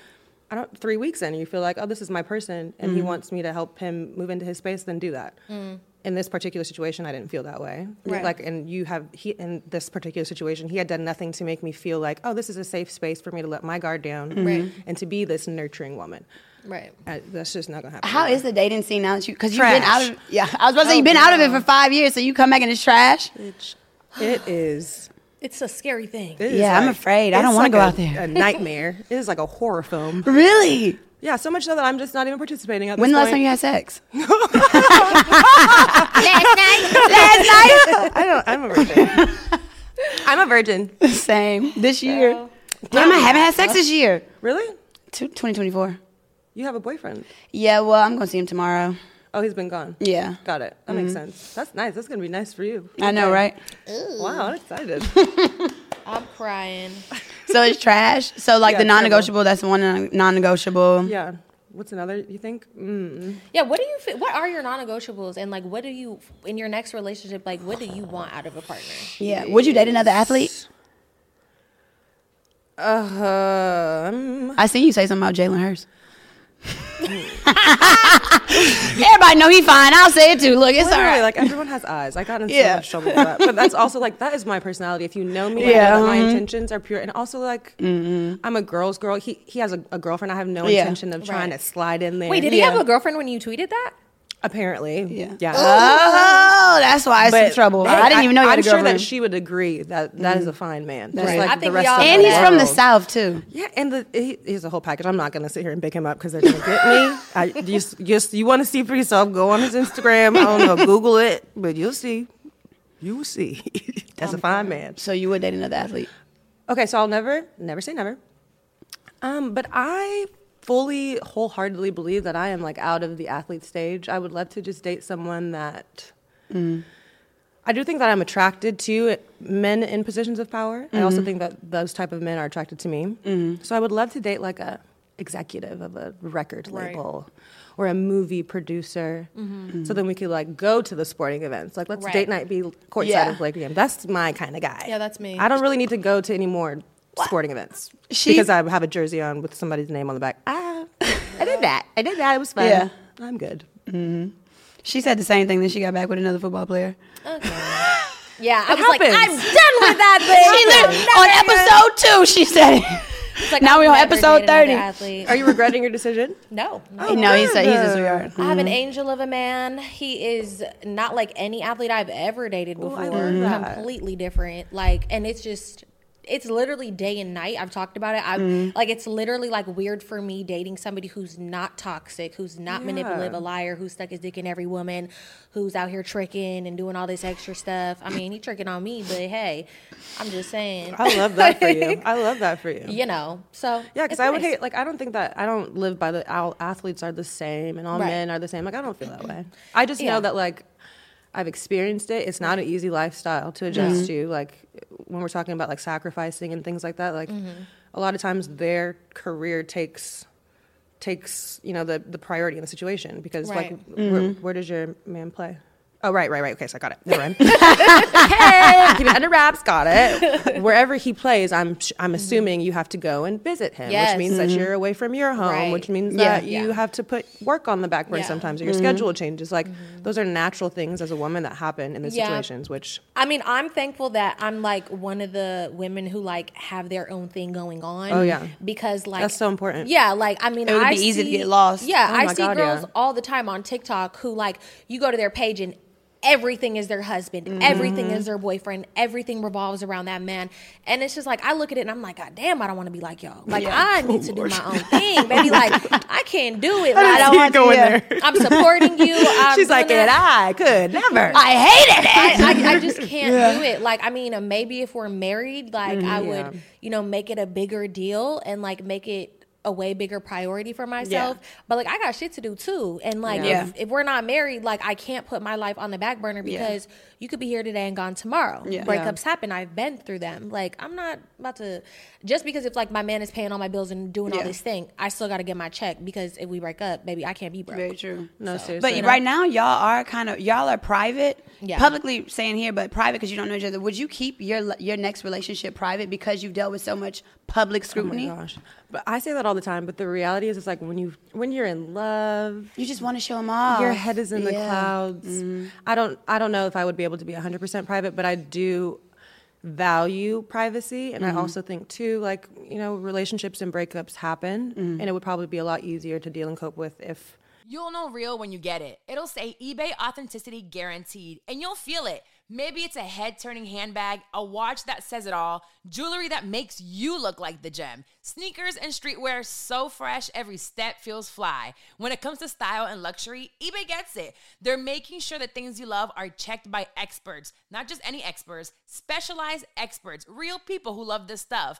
C: I don't three weeks in you feel like oh this is my person and
B: Mm-hmm.
C: he wants me to help him move into his space. Then do that.
B: Mm.
C: In this particular situation, I didn't feel that way.
A: Right.
C: Like and you have he in this particular situation, he had done nothing to make me feel like oh this is a safe space for me to let my guard down
B: Mm-hmm.
A: Right.
C: and to be this nurturing woman.
A: Right.
C: I, that's just not gonna happen.
B: how is the dating scene now that you? Because you've been out
C: Trash.
B: of yeah. I was about to say
C: Oh,
B: you've been out of it for five years, so you come back and it's trash.
C: Bitch, It is.
A: It's a scary thing.
C: it is
B: Yeah, I'm afraid. I
C: it's
B: don't wanna
C: like
B: go
C: a-
B: out there.
C: A nightmare. it is like a horror film.
B: Really?
C: Yeah, so much so that I'm just not even participating. At
B: When the
C: this
B: last time
C: point.
B: you had sex?
A: Last night,
B: last night.
C: I don't. I'm a virgin. I'm a virgin.
B: Same this year. Damn, I haven't had sex this year.
C: Really?
B: Tw- 2024.
C: You have a boyfriend?
B: Yeah, well, I'm gonna see him tomorrow.
C: Oh, he's been gone.
B: Yeah.
C: Got it. That makes sense. That's nice. That's gonna be nice for you.
B: I know, right?
C: Wow, I'm excited.
A: I'm crying.
B: So it's trash. So like
C: Yeah,
B: the
C: terrible.
B: non-negotiable. That's one uh, non-negotiable.
C: yeah. What's another? You think? Mm.
A: Yeah, what do you? fe- What are your non-negotiables? And like, what do you in your next relationship? Like, what do you want out of a partner?
B: Yeah. Would you date another athlete?
C: Um.
B: I seen you say something about Jalen Hurst. Everybody know he fine. I'll say it too. Look, it's all
C: Literally,
B: right.
C: like everyone has eyes. I got in so
B: Yeah.
C: much trouble with that, but that's also like that is my personality. If you know me,
B: Yeah,
C: yeah, my
B: mhm.
C: intentions are pure, and also like I'm a girl's girl. He he has a, a girlfriend. I have no
B: Yeah.
C: intention of trying
A: Right.
C: to slide in there.
A: Wait, did he
B: Yeah.
A: have a girlfriend when you tweeted that?
C: Apparently,
B: Yeah.
C: yeah.
B: oh, that's why it's in trouble. I didn't even know you had
C: I'm
B: a
C: sure
B: girlfriend.
C: that she would agree that that is a fine man. Just
B: right.
C: like
A: I
C: the
A: think we
C: rest
A: all
C: of
A: know
B: and
A: that.
B: he's from the
C: world.
B: south too.
C: Yeah, and the, he, he's a whole package. I'm not gonna sit here and pick him up because they're gonna get me. I you s- just you want to see for yourself. Go on his Instagram. I don't know. Google it, but you'll see. You will see. That's a fine man.
B: So you would date another athlete?
C: Okay, so I'll never, never say never. Um, but I fully, wholeheartedly believe that I am like out of the athlete stage. I would love to just date someone that. I do think that I'm attracted to men in positions of power. I also think that those type of men are attracted to me. So I would love to date like a executive of a record
A: Right. Mm-hmm.
C: label or a movie producer. So then we could like go to the sporting events. Like let's
A: Right.
C: date night be courtside
B: Yeah.
C: of Laker game. That's my kind of guy.
A: Yeah, that's me.
C: I don't really need to go to any more sporting events
B: She-
C: because I have a jersey on with somebody's name on the back. Ah, I did that. I did that. It was fun.
B: Yeah.
C: I'm good.
B: She said the same thing. Then she got back with another football player.
A: Yeah, I
C: It
A: was like, I'm
C: happens.
A: done with that thing.
B: She lived on episode two. She said it.
A: It's like,
B: now
A: I'll
B: we're on
A: never
B: episode
A: date another
B: thirty.
A: athlete.
C: Are you regretting your decision?
A: No, no.
B: No, he said he's a
C: good.
B: sweetheart.
A: I have an angel of a man. He is not like any athlete I've ever dated before.
C: I love that.
A: Completely different. Like, and it's just, it's literally day and night. I've talked about it. I am
C: Mm-hmm.
A: like, it's literally like weird for me dating somebody who's not toxic, who's not manipulative, a liar, who's stuck his dick in every woman, who's out here tricking and doing all this extra stuff. I mean, he tricking on me, but hey, I'm just saying,
C: I love that for you. I love that for you.
A: you know. So
C: Yeah, because
A: it's
C: I would
A: nice.
C: hate, like, I don't think that, I don't live by the, all athletes are the same and all
A: Right.
C: men are the same. Like, I don't feel that way. I just
A: Yeah.
C: know that, like, I've experienced it. It's not an easy lifestyle
A: Mm-hmm.
C: to adjust to. Like, when we're talking about, like, sacrificing and things like that, like,
A: Mm-hmm.
C: a lot of times their career takes, takes, you know, the, the priority in the situation because,
A: Right.
C: like, where, where does your man play? Oh, right, right, right. Okay, so I got it. Never mind. Hey, keep it under wraps. Got it. Wherever he plays, I'm sh- I'm assuming you have to go and visit him,
A: Mm-hmm. Yes. Mm-hmm.
C: which means that you're away from your home,
A: Right.
C: which means
B: Yeah.
C: that you
A: Yeah.
C: have to put work on the back burner
A: Yeah. Mm-hmm.
C: sometimes, or your schedule changes. Like those are natural things as a woman that happen in these
A: Yeah.
C: situations. Which
A: I mean, I'm thankful that I'm like one of the women who like have their own thing going on.
C: Oh, yeah.
A: because like
C: That's so important.
A: Yeah, like I mean,
B: It would
A: I
B: be easy to
A: see-
B: get lost.
A: Yeah,
C: Oh,
A: I
C: my
A: see
C: God,
A: girls
C: yeah.
A: all the time on TikTok who like you go to their page and everything is their husband,
C: Mm-hmm.
A: everything is their boyfriend, everything revolves around that man, and it's just like I look at it and I'm like, God damn, I don't want to be like y'all. Like I need to do my own thing, baby. Like I can't do it. Like, I don't
C: see it
A: want to.
C: going
A: yeah.
C: there.
A: I'm supporting you. I'm
C: she's like,
A: doing
C: and
A: that."
C: I could never.
B: I hated it.
A: I, I, I just can't do it. Like, I mean, uh, maybe if we're married, like, I
B: Mm-hmm.
C: Yeah.
A: would, you know, make it a bigger deal and like make it a way bigger priority for myself. But like, I got shit to do too. And like,
B: Yeah.
A: if, if we're not married, like, I can't put my life on the back burner because you could be here today and gone tomorrow.
B: Yeah.
A: Breakups happen. I've been through them. Like, I'm not about to, just because if like my man is paying all my bills and doing all
B: Yeah.
A: this thing, I still got to get my check because if we break up, baby, I can't be broke.
B: Very true.
C: No, seriously.
B: But right now, y'all are kind of y'all are private,
A: Yeah.
B: publicly saying here, but private because you don't know each other. Would you keep your your next relationship private because you've dealt with so much public
C: Oh my
B: scrutiny?
C: gosh. But I say that all the time. But the reality is, it's like when you when you're in love,
B: you just want to show them off.
C: your head is in the
B: Yeah.
C: clouds.
A: Mm-hmm.
C: I don't I don't know if I would be able to be 100% private, but I do value privacy and
A: Mm-hmm.
C: I also think too like, you know, relationships and breakups happen
A: Mm-hmm.
C: and it would probably be a lot easier to deal and cope with if
D: You'll know real when you get it. It'll say eBay authenticity guaranteed, and you'll feel it. Maybe it's a head turning handbag, a watch that says it all, jewelry that makes you look like the gem, sneakers and streetwear so fresh every step feels fly. When it comes to style and luxury, eBay gets it. They're making sure that things you love are checked by experts, not just any experts, specialized experts, real people who love this stuff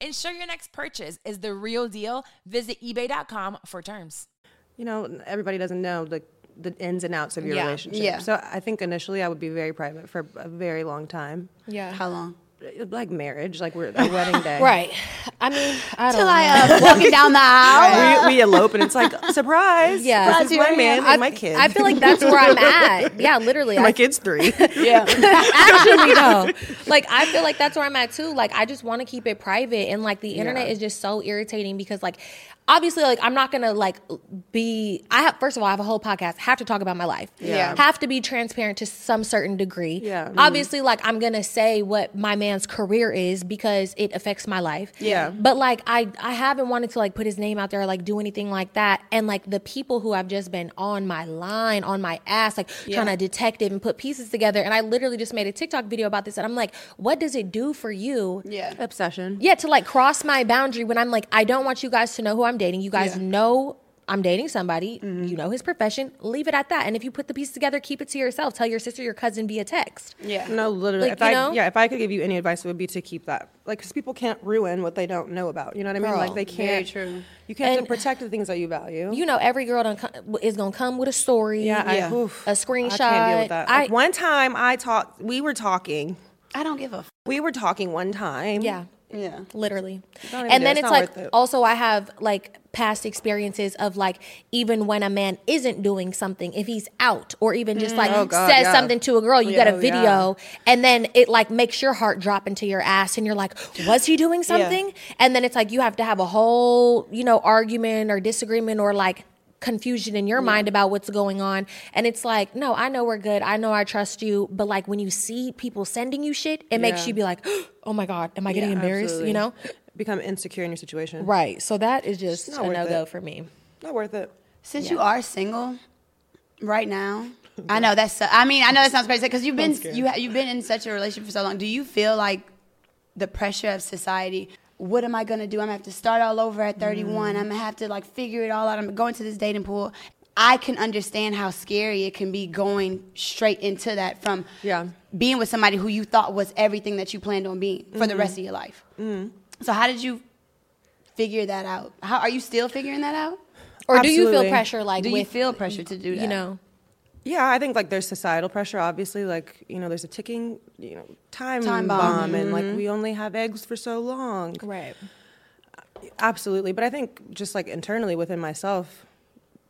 D: Ensure your next purchase is the real deal. Visit eBay.com for terms.
C: you know, everybody doesn't know the the ins and outs of your
B: Yeah,
C: relationship.
B: yeah.
C: So I think initially I would be very private for a very long time,
A: Yeah.
B: How long?
C: like marriage, like we're a wedding day,
A: Right. I mean, I don't
B: Till
A: know.
B: I uh, walking down the aisle.
C: We, we elope and it's like surprise.
A: Yeah.
C: this is my man
A: I-
C: and my kid.
A: I feel like that's where I'm at. Yeah, literally.
C: my
A: I
C: kid's three.
A: actually though like i feel like that's where i'm at too like i just want to keep it private and like the internet
C: Yeah.
A: is just so irritating because like obviously like i'm not gonna like be i have first of all i have a whole podcast have to talk about my life
B: Yeah.
A: have to be transparent to some certain degree
C: Yeah.
A: obviously like i'm gonna say what my man's career is because it affects my life
C: Yeah.
A: but like i i haven't wanted to like put his name out there or like do anything like that and like the people who have just been on my line on my ass like trying to detective and put pieces together and i literally just made a tiktok video about this and i'm like what does it do for you
B: Yeah.
C: Obsession.
A: yeah to like cross my boundary when i'm like i don't want you guys to know who i'm dating you guys
B: Yeah.
A: know i'm dating somebody
C: Mm-hmm.
A: you know his profession leave it at that and if you put the pieces together keep it to yourself tell your sister your cousin via text
B: Yeah.
C: No, literally.
A: Like,
C: if I,
A: you know?
C: Yeah, if I could give you any advice, it would be to keep that. Like, because people can't ruin what they don't know about. You know what I mean? like,
A: Girl,
C: they
B: very
C: can't.
B: true.
C: You can't
A: And-
C: protect the things that you value.
A: you know every girl done co- is gonna come with a story
C: yeah,
B: Yeah.
C: I, oof,
A: A
C: I can't deal
A: screenshot.
C: with that.
A: I-
C: Like, one time I talked, we were talking.
B: I don't give a. F-
C: We were talking one time.
A: yeah
B: yeah.
A: literally
C: Don't
A: and
C: even do it.
A: then
C: It's
A: it's
C: not
A: like
C: worth it.
A: also i have like past experiences of like even when a man isn't doing something if he's out or even just like
C: Mm. Oh, God,
A: says
C: yeah.
A: something to a girl you got
C: Oh,
A: a
C: yeah.
A: video and then it like makes your heart drop into your ass and you're like was he doing something and then it's like you have to have a whole you know argument or disagreement or like confusion in your mind about what's going on and it's like no i know we're good i know i trust you but like when you see people sending you shit it makes
C: Yeah.
A: you be like oh my god am i getting embarrassed
C: Absolutely.
A: you know
C: Become insecure in your situation.
A: Right. So that is just
C: not
A: a
C: worth
A: no go
C: it.
A: for me.
C: Not worth it.
B: Since you are single, right now, I know that's. so- I mean, I know that sounds crazy because you've been you ha- you've been in such a relationship for so long. Do you feel like the pressure of society? What am I gonna do? I'm gonna have to start all over at 31. I'm gonna have to like figure it all out. I'm gonna go into this dating pool. I can understand how scary it can be going straight into that from
C: Yeah.
B: being with somebody who you thought was everything that you planned on being for the rest of your life. So how did you figure that out? How are you still figuring that out?
A: Or do you feel
C: Absolutely.
A: pressure like
B: do you
A: with
B: feel pressure to do that?
A: you know?
C: Yeah, I think like there's societal pressure, obviously. Like you know, there's a ticking, you know, time,
B: Time bomb.
C: bomb, and like
A: Mm-hmm.
C: we only have eggs for so long.
A: Right.
C: Absolutely, but I think just like internally within myself,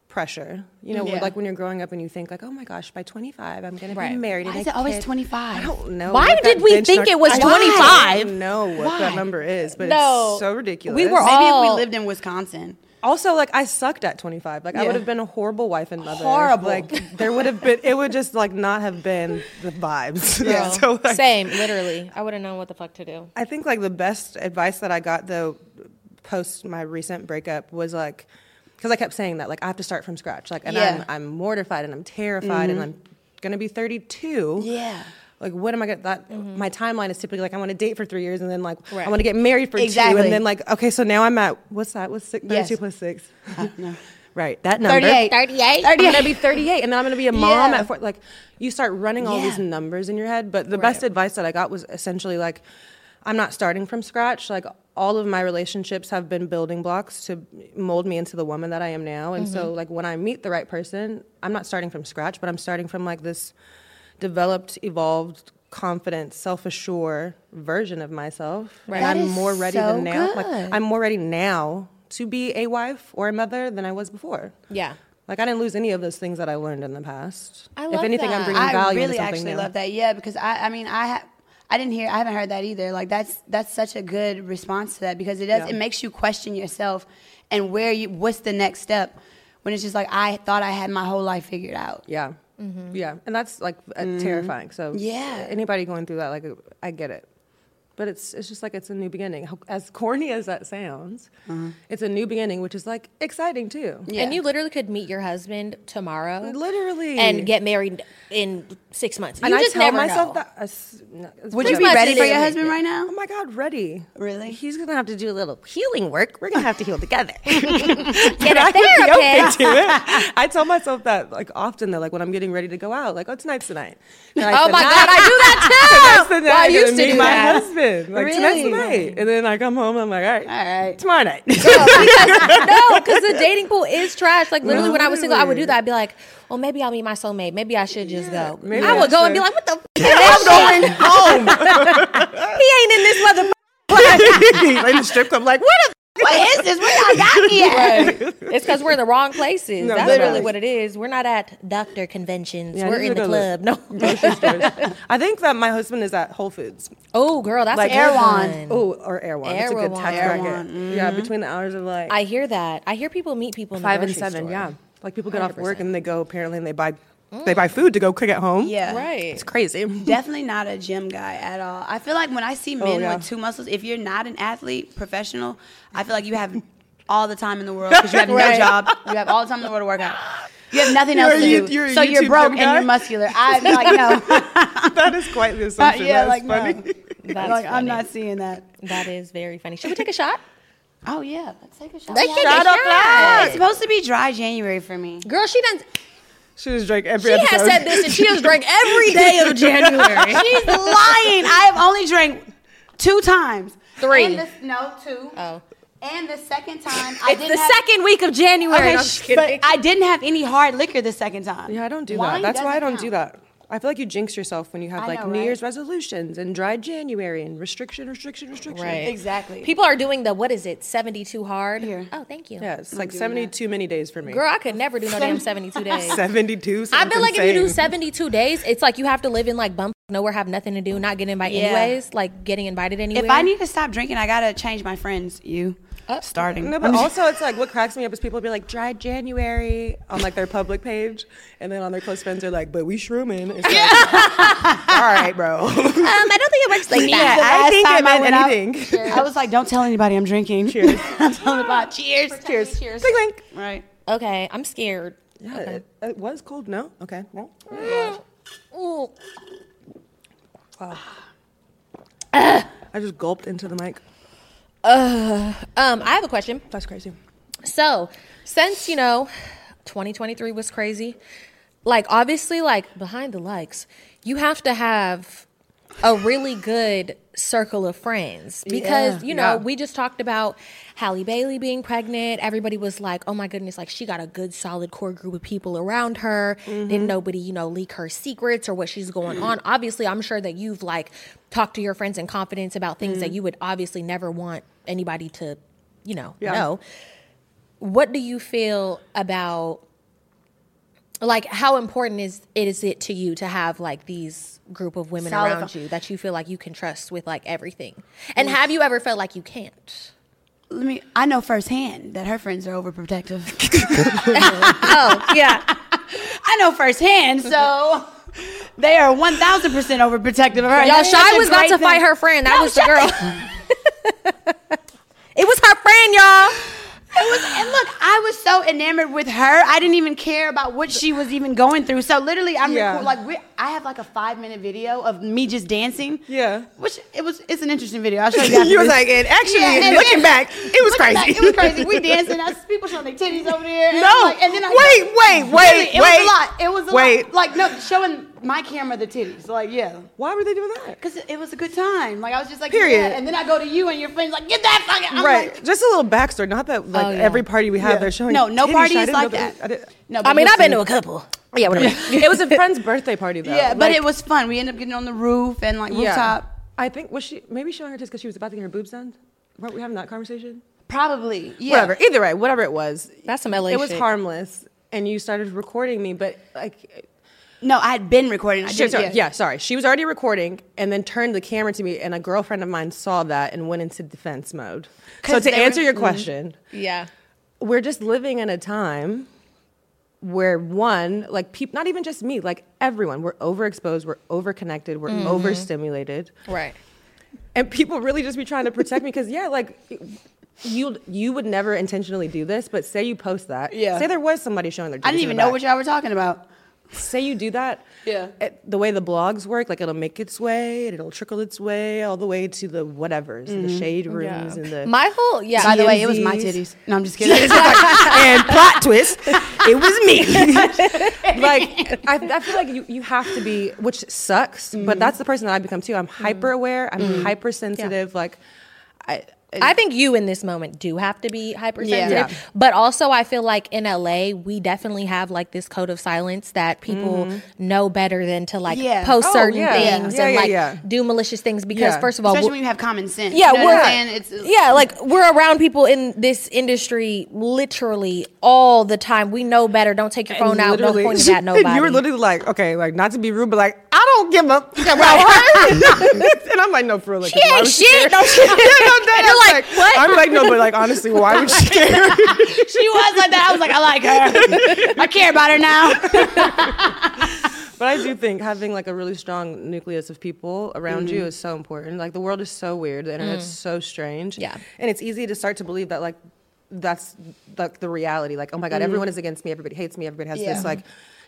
C: pressure. You know,
B: Yeah.
C: like when you're growing up and you think like, oh my gosh, by 25 I'm gonna
A: Right.
C: be married.
B: Why
C: and
B: is
C: a
B: it always
C: kid."
B: 25?
C: I don't know.
A: Why
C: what that
A: did we
C: benchmark-
A: think it was
C: I don't
A: 25?
C: know what
B: Why?
C: that number is, but
A: No.
C: it's so ridiculous.
A: We were all-
B: Maybe if
A: Oh.
B: we lived in Wisconsin.
C: Also, like I sucked at 25. Like I
B: Yeah.
C: would have been a horrible wife and mother.
B: Horrible.
C: Like there would have been. It would just like not have been the vibes. Yeah. so like,
A: Same, literally. I wouldn't know what the fuck to do.
C: I think like the best advice that I got though, post my recent breakup was like, because I kept saying that like I have to start from scratch. Like, and
B: Yeah. Mm-hmm.
C: I'm I'm mortified and I'm terrified and I'm gonna be 32.
B: Yeah. Mm-hmm.
C: Like what am I gonna? That my timeline is typically like I want to date for three years and then like
A: Right.
C: I want to get married for two
B: Exactly.
C: and then like okay so now I'm at what's that? What's six?
B: Yes.
C: 32 plus six? Right, that number.
B: 38.
A: 38?
C: I'm gonna be 38, and then I'm gonna be a mom
B: Yeah.
C: at four. Like, you start running all
B: Yeah.
C: these numbers in your head. But the best advice that I got was essentially like, I'm not starting from scratch. Like, all of my relationships have been building blocks to mold me into the woman that I am now. And so,
B: Mm-hmm.
C: like, when I meet the right person, I'm not starting from scratch, but I'm starting from like this developed, evolved. Confident, self-assured version of myself,
A: Right.
C: and
A: That
C: I'm
B: is
C: more ready
B: so
C: than now.
B: good.
C: Like I'm more ready now to be a wife or a mother than I was before.
A: Yeah.
C: Like I didn't lose any of those things that I learned in the past.
A: I love
C: if anything,
A: that.
C: I'm bringing
B: I
C: value
B: really
C: to something
B: actually
C: new.
B: love that. Yeah, because I, I mean, I, ha- I didn't hear, I haven't heard that either. Like that's that's such a good response to that because it does,
C: Yeah.
B: it makes you question yourself and where you, what's the next step when it's just like I thought I had my whole life figured out.
C: Yeah, yeah, and that's like uh, terrifying. So
B: Mm-hmm. Yeah.
C: anybody going through that, like I get it, but it's it's just like it's a new beginning. How- As corny as that sounds,
B: Mm-hmm.
C: it's a new beginning, which is like exciting too.
B: Yeah.
A: And you literally could meet your husband tomorrow.
C: Literally.
A: And get married in six months. You
C: and I
A: just
C: tell
A: never
C: myself
A: know.
C: that. I s- no, it's
B: Would you
A: Pretty
B: be
A: much
B: ready for
A: it
B: your
A: is.
B: husband right now?
C: Oh my God, ready?
B: Really?
C: He's gonna have to do a little healing work. We're gonna have to heal together.
A: Get a therapist.
C: to it. I tell myself that like often though, like when I'm getting ready to go out, like oh tonight's tonight.
A: Oh my God, I do that too.
C: Tonight's the night
A: Well, I
C: I'm gonna
A: used to
C: meet
A: do
C: my
A: that.
C: husband. Like tonight's
B: Really?
C: the night, and then I come home. I'm like, all right,
B: All right.
C: tomorrow night.
A: no, because the dating pool is trash. Like literally, when I was single, I would do that. I'd be like, "Well, maybe I'll meet my soulmate. Maybe I should just go."
C: maybe
A: I would
C: I
A: go and
C: should.
A: be like, "What the? F- is this shit?
C: home.
A: He ain't in this mother."
C: in the strip club, like what?
B: what is this? Where y'all got me at?
A: It's because we're in the wrong places.
C: No,
A: That's
C: literally.
A: really what it is. We're not at doctor conventions.
C: Yeah,
A: we're
C: you
A: in the
C: gotta go
A: club. No.
C: A- I think that my husband is at Whole Foods.
A: Oh, girl, that's
C: Like
A: a good
B: Erewhon.
A: one.
C: Oh, or Erewhon. It's a good
A: Erewhon.
C: tax bracket. Yeah, between the hours of like
A: I hear that. I hear people meet people in the
C: five and
A: grocery
C: seven.
A: store.
C: Yeah, like people get off work
A: 100%.
C: and they go apparently and they buy they buy food to go cook at home.
B: Yeah.
A: right.
C: it's crazy.
B: Definitely not a gym guy at all. I feel like when I see men
C: Oh, yeah.
B: with two muscles, if you're not an athlete, professional, I feel like you have all the time in the world because you have
A: Right.
B: no job. You have all the time in the world to work out. You have nothing else
C: a
B: to
C: you-
B: do.
C: you're a
B: so
C: YouTube
B: you're broke
C: gym
B: and
C: guy?
B: you're muscular. I'm like, no.
C: that is quite the assumption.
B: yeah,
C: That's
B: like, no.
C: funny.
A: That's
B: like I'm
A: funny.
B: not seeing that.
A: That is very funny. Should we take a shot?
B: Oh yeah, let's take a shot.
A: Let's
B: Yeah.
A: take a Shot o'clock.
B: It's supposed to be dry January for me.
A: Girl, she done.
C: She just drank every
A: She has
C: episode.
A: said this, and she has drank every day of January.
B: She's lying. I have only drank two times.
A: Three.
B: And the, no, two.
A: Oh.
B: And the second time, I
A: It's
B: didn't
A: the
B: have-
A: second week of January.
B: Okay,
A: No, I'm
B: sh-
A: just kidding.
B: but I didn't have any hard liquor the second time.
C: Yeah, I don't do
B: Wine
C: that. That's why I don't
B: doesn't
C: do
B: count.
C: that. I feel like you jinx yourself when you have
B: I
C: like
B: know,
C: New
B: right?
C: Year's resolutions and dry January and restriction, restriction, restriction.
A: Right.
B: Exactly.
A: People are doing the what is it? Seventy two hard.
B: Here.
A: Oh, thank you.
C: Yeah, it's like 72 many days for me.
A: Girl, I could never do no damn seventy two days.
C: 72.
A: I feel like if you do
C: something
A: 72 days, it's like you have to live in like bump nowhere, have nothing to do, not get invited
B: Yeah.
A: anyways, like getting invited anywhere.
B: if I need to stop drinking, I gotta change my friends. You starting?
C: Uh, No, but also it's like what cracks me up is people be like dry January on like their public page, and then on their close friends they're like, "But we shrooming." It's like, All right, bro.
A: um, I don't think it works like
B: Yeah,
A: that.
C: I
B: last
C: think it
B: time
C: meant
B: went out-
C: anything.
B: I was like, don't tell anybody I'm drinking. Cheers. I'm telling about cheers. Cheers. Cheers.
C: Clink, clink.
B: Right.
A: Okay, I'm scared.
C: Yeah, it, it was cold. No, okay, no.
A: Ooh.
C: I just gulped into the mic.
A: Um, I have a question.
C: That's crazy.
A: So, since you know, 2023 was crazy. Like obviously, like behind the likes, you have to have a really good circle of friends because
C: Yeah.
A: you know
C: Yeah.
A: we just talked about Halle Bailey being pregnant. Everybody was like, "Oh my goodness!" Like she got a good, solid core group of people around her.
C: Mm-hmm.
A: Didn't nobody, you know, leak her secrets or what she's going on. Obviously, I'm sure that you've like talked to your friends in confidence about things
C: Mm-hmm.
A: that you would obviously never want anybody to, you know,
C: Yeah.
A: know what do you feel about like how important is it is it to you to have like these group of women
B: Solid
A: around you that you feel like you can trust with like everything
B: Mm.
A: and have you ever felt like you can't
B: Let me. I know firsthand that her friends are overprotective.
A: oh yeah
B: I know firsthand, so they are one thousand percent overprotective of her.
A: y'all
B: That's such
A: shy
B: a
A: was about
B: great
A: to
B: thing.
A: fight her friend that
B: No,
A: was the
B: shut
A: girl it was her friend y'all
B: It was, and look, I was so enamored with her. I didn't even care about what she was even going through. So literally, I'm
C: Yeah.
B: record- like, we I have like a five minute video of me just dancing.
C: Yeah.
B: which it was. It's an interesting video. I'll show you. After
C: You was
B: this.
C: like, and actually,
B: Yeah, and-
C: looking back, it was
B: Looking
C: crazy.
B: back, it was crazy. We dancing. I, people showing their titties over there. And
C: No.
B: I'm like, and then I
C: Wait, wait, wait,
B: Really, it
C: wait.
B: was a lot. It was a
C: Wait.
B: lot. Like no, showing my camera the titties. Like yeah.
C: Why were they doing that?
B: Cause it was a good time. Like I was just like,
C: Period.
B: yeah. And then I go to you and your friends like, get that fucking. I'm
C: right.
B: like,
C: Just a little backstory. Not that like
A: Oh, yeah.
C: every party we have,
B: Yeah.
C: they're showing.
B: No, no
C: titties.
B: party
C: I
B: is
C: didn't
B: like
C: know
B: that.
C: didn't-
B: no, but
A: i mean i've been
B: listen.
A: to a couple yeah whatever
C: it was a friend's birthday party though.
B: Yeah, but
C: Like,
B: it was fun. We ended up getting on the roof and like
C: yeah.
B: rooftop.
C: I think was she maybe showing her tits because she was about to get her boobs done. Weren't we having that conversation?
B: Probably. Yeah.
C: Whatever. Either way, whatever it was,
A: that's some la
C: it was
A: shit.
C: harmless. and you started recording me, but like
B: No, I had been recording. I
C: Sure,
B: did,
C: sorry. Yeah. sorry. She was already recording and then turned the camera to me, and a girlfriend of mine saw that and went into defense mode. So,
B: 'Cause they
C: to
B: were- Mm-hmm.
C: answer your question,
A: Yeah.
C: we're just living in a time where one, like, peop- not even just me, like everyone, we're overexposed, we're overconnected, we're
B: Mm-hmm.
C: overstimulated
A: Right.
C: and people really just be trying to protect me because yeah like you you would never intentionally do this but say you post that
B: Yeah.
C: say there was somebody showing their
B: I didn't
C: titties
B: even
C: in
B: know
C: the
B: what
C: back.
B: y'all were talking about.
C: say you do that
B: Yeah.
C: it- the way the blogs work like it'll make its way and it'll trickle its way all the way to the whatever's
B: Mm-hmm.
C: the shade rooms and the
A: My whole yeah.
B: By the way, it was my
C: TMZs.
B: titties. No, I'm just kidding.
C: and plot twist, it was me. like I, I feel like you, you have to be, which sucks,
B: Mm-hmm.
C: but that's the person that I become too. I'm
B: Mm.
C: hyper aware. I'm hypersensitive. Like I,
A: I think you in this moment do have to be hypersensitive.
B: Yeah.
C: Yeah.
A: But also, I feel like in LA, we definitely have like this code of silence that people know better than to like
B: Yeah.
A: post
C: Mm-hmm. Oh,
A: certain
C: yeah. Yeah.
A: things
C: Yeah,
A: and
C: yeah,
A: like
C: yeah.
A: do malicious things because,
C: Yeah.
A: first of all,
B: Especially
A: we're-
B: when you have common sense.
A: yeah,
B: you know
A: we're
B: what I'm saying? It's, it's-
A: yeah, like we're around people in this industry literally all the time. We know better. Don't take your phone out. Don't
C: literally-
A: point it at
C: and
A: nobody.
C: You were literally like, okay, like not to be rude, but like I don't give up. Right. and I'm like, no, for real. Like,
A: She
C: why
A: ain't
C: would she
A: shit.
C: care?
A: No, she-
C: yeah, no, that,
A: You're
C: I'm
A: like, what?
C: I'm like, no, but like honestly, why would she care?
B: she was like that. I was like, I like her. I care about her now.
C: But I do think having like a really strong nucleus of people around you is so important. Like the world is so weird, the internet's so strange.
A: Yeah.
C: And it's easy to start to believe that like that's like the reality. Like, oh my God, everyone is against me, everybody hates me, everybody has
B: Yeah.
C: this like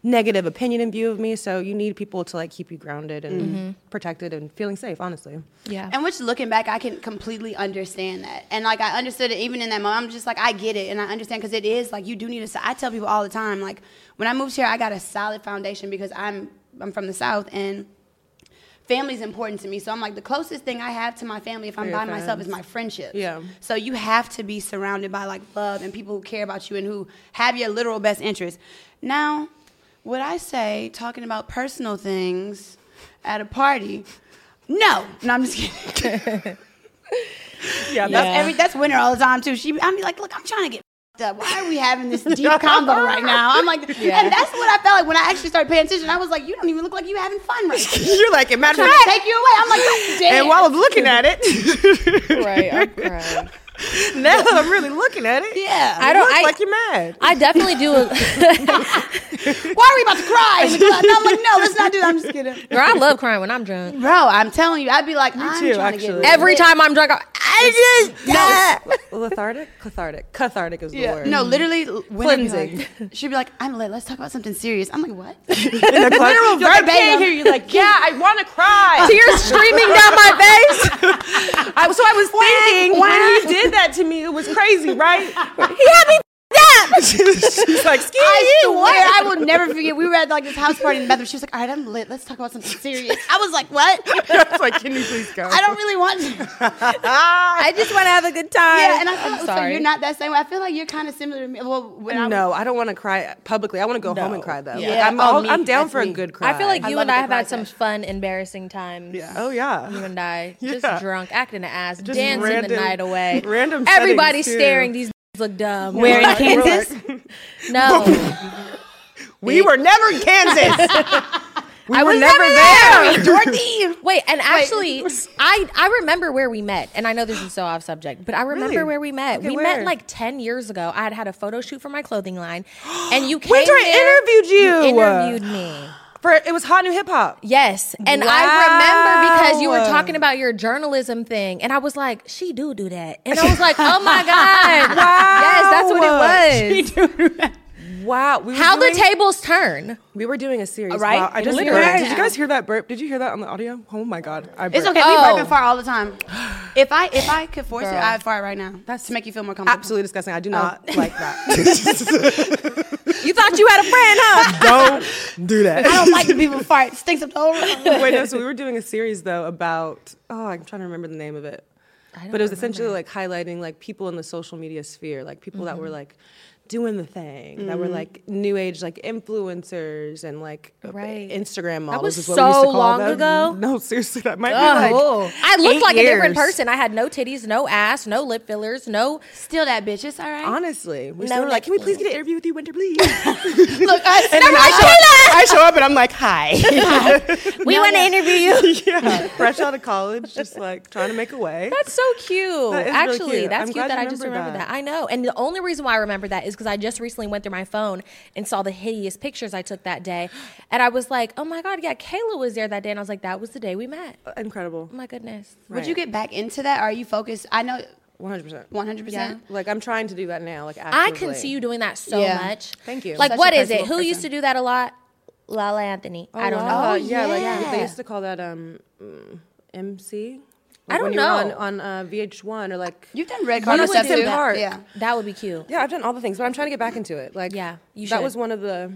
C: negative opinion and view of me. So you need people to like keep you grounded and protected and feeling safe, honestly.
A: yeah.
B: And which looking back, I can completely understand that. And like I understood it even in that moment. I'm just like, I get it. And I understand because it is like you do need a so- I tell people all the time, like when I moved here, I got a solid foundation because I'm I'm from the South and family's important to me. So I'm like the closest thing I have to my family if I'm
C: your
B: by myself
C: friends.
B: is my friendships.
C: Yeah.
B: So you have to be surrounded by like love and people who care about you and who have your literal best interest. Now, would I say talking about personal things at a party? No, no, I'm just kidding.
C: Yeah,
B: That's every that's winter all the time too. She, I'm like, look, I'm trying to get f***ed up. Why are we having this deep combo right now? I'm like, and that's what I felt like when I actually started paying attention. I was like, you don't even look like you having fun right now.
C: You're like, it matter
B: I'm
C: of
B: trying to
C: fact.
B: take you away. I'm like, "God damn.
C: And while I'm looking at it,
A: right. I'm crying.
C: now that I'm really looking at it,
B: yeah,
C: I
A: I don't-
C: don't look
A: I-
C: like you're mad.
A: I definitely do.
B: why are we about to cry in the club? No, I'm like, no, let's not do that. I'm just kidding.
A: Girl, I love crying when I'm drunk.
B: Bro, I'm telling you, I'd be like, I'm
C: too,
B: trying to
C: actually.
B: get
A: Every
B: lit.
A: time I'm drunk, I, I just
C: lethargic, cathartic, cathartic is the
B: Yeah.
C: word.
B: No, literally, when
C: Cleansing.
B: she'd be like, "I'm lit. Let's talk about something serious." I'm like, "What?"
C: in the club. You're like, I can't
B: verbatim.
C: hear you. Like, yeah, I want to cry.
A: tears streaming down my face.
C: I, so I was thinking when he did that to me, it was crazy, right?
A: He had me up.
C: She's like, excuse
B: I
C: you.
B: swear, I will never forget. We were at like this house party in the bathroom. She was like, "All right, I'm lit. Let's talk about something serious." I was like, "What?"
C: I was like, can you please go?
B: I don't really want to.
A: I just want to have a good time.
B: Yeah, and I feel
A: am
B: like, so
A: sorry.
B: you're not that same way. I feel like you're kind of similar to me. Well, when I
C: No, I don't want to cry publicly. I want to go home and cry though.
B: Yeah.
C: Like, I'm,
B: Oh,
C: all-
B: me.
C: I'm down
B: That's
C: for
B: me.
C: a good cry.
A: I feel like you
B: love
A: and
B: a
A: I have
B: good
A: had some
B: process.
A: fun, embarrassing times. Yeah.
C: Oh yeah.
A: You and I just
C: Yeah.
A: drunk, acting an ass,
C: Just
A: dancing the
C: random-
A: night away.
C: random
A: Everybody
C: settings, too.
A: staring. These look dumb.
B: Where in Kansas?
A: No,
C: We were never in Kansas. we
A: I
C: were
A: was
C: never
A: never
C: there.
B: Dorothy.
A: wait. And actually, I I remember where we met, and I know this is so off subject, but I remember
C: Really?
A: where we met.
C: Okay,
A: we
C: where?
A: met like ten years ago. I had had a photo shoot for my clothing line, and you came.
C: Winter
A: there,
C: interviewed you.
A: Interviewed me.
C: For it was hot new hip hop.
A: Yes. And I remember because you were
C: Wow.
A: talking about your journalism thing and I was like, she do do that. And I was like, oh my God. Yes, that's what it was.
C: Wow. We were
A: How the
C: doing-
A: tables turn.
C: We were doing a series.
B: Right?
C: Wow, I just
B: Literally.
C: burped. Did you guys hear that burp? Did you hear that on the audio? Oh my god. I burped.
B: It's okay.
A: Oh.
B: We burp and fart all the time. If I if I could force it,
A: Girl.
B: I'd fart right now. That's to make you feel more comfortable.
C: Absolutely disgusting. I do not
A: Oh.
C: like that.
A: You thought you had a friend, huh?
C: don't do that.
B: I don't like when people fart. It stinks up the whole room.
C: Wait, no, so we were doing a series though about oh, I'm trying to remember the name of it.
A: don't Mm-hmm.
C: But it was essentially like highlighting like people in the social media sphere, like people that were like doing the thing that were like new age like influencers and like uh,
A: Right.
C: Instagram models
A: was
C: is what we used
A: so
C: to call
A: long
C: them.
A: ago.
C: No, seriously, that might be like
A: Oh, I looked
C: eight
A: like a different
C: years.
A: person. I had no titties, no ass, no lip fillers, no.
B: Still that bitch. It's all right.
C: Honestly,
A: No
C: we still were like, can we please
A: lip
C: get an interview with you, Winter, please?
B: Look, I,
C: And then I, show, I show up and I'm like, hi.
A: We want to interview you.
C: yeah, fresh out of college, just like trying to make a way.
A: That's so cute.
C: That is really
A: Actually,
C: cute.
A: that's
C: I'm
A: cute
C: glad
A: that
C: you
A: I just
C: remembered
A: remembered that.
C: that.
A: I know. And the only reason why I remember that is because I just recently went through my phone and saw the hideous pictures I took that day. And I was like, oh my God, yeah, Kayla was there that day. And I was like, that was the day we met. Oh
C: Incredible,
A: my goodness.
B: Would you get back into that? Or are you focused? I know
C: 100. percent
B: 100%.
C: Like I'm trying to do that now. Like
A: I
C: actively.
A: can see you doing that so
B: Yeah.
A: much.
C: Thank you.
A: Like,
B: Such a
A: what is it?
B: personable
A: Who used to
B: person.
A: do that a lot? Lala Anthony. I don't
C: wow.
A: know.
B: Oh,
C: yeah, like
B: yeah.
C: they used to call that um mm, MC. Like,
A: don't
C: when you were
A: know.
C: on, on uh, VH1 or like.
B: You've done red
A: You
B: carpet
A: would
B: stuff
A: do
B: too.
A: that.
B: Yeah.
A: That would be cute.
C: Yeah, I've done all the things, but I'm trying to get back into it. Like,
A: Yeah, you
C: that
A: should.
C: was one of the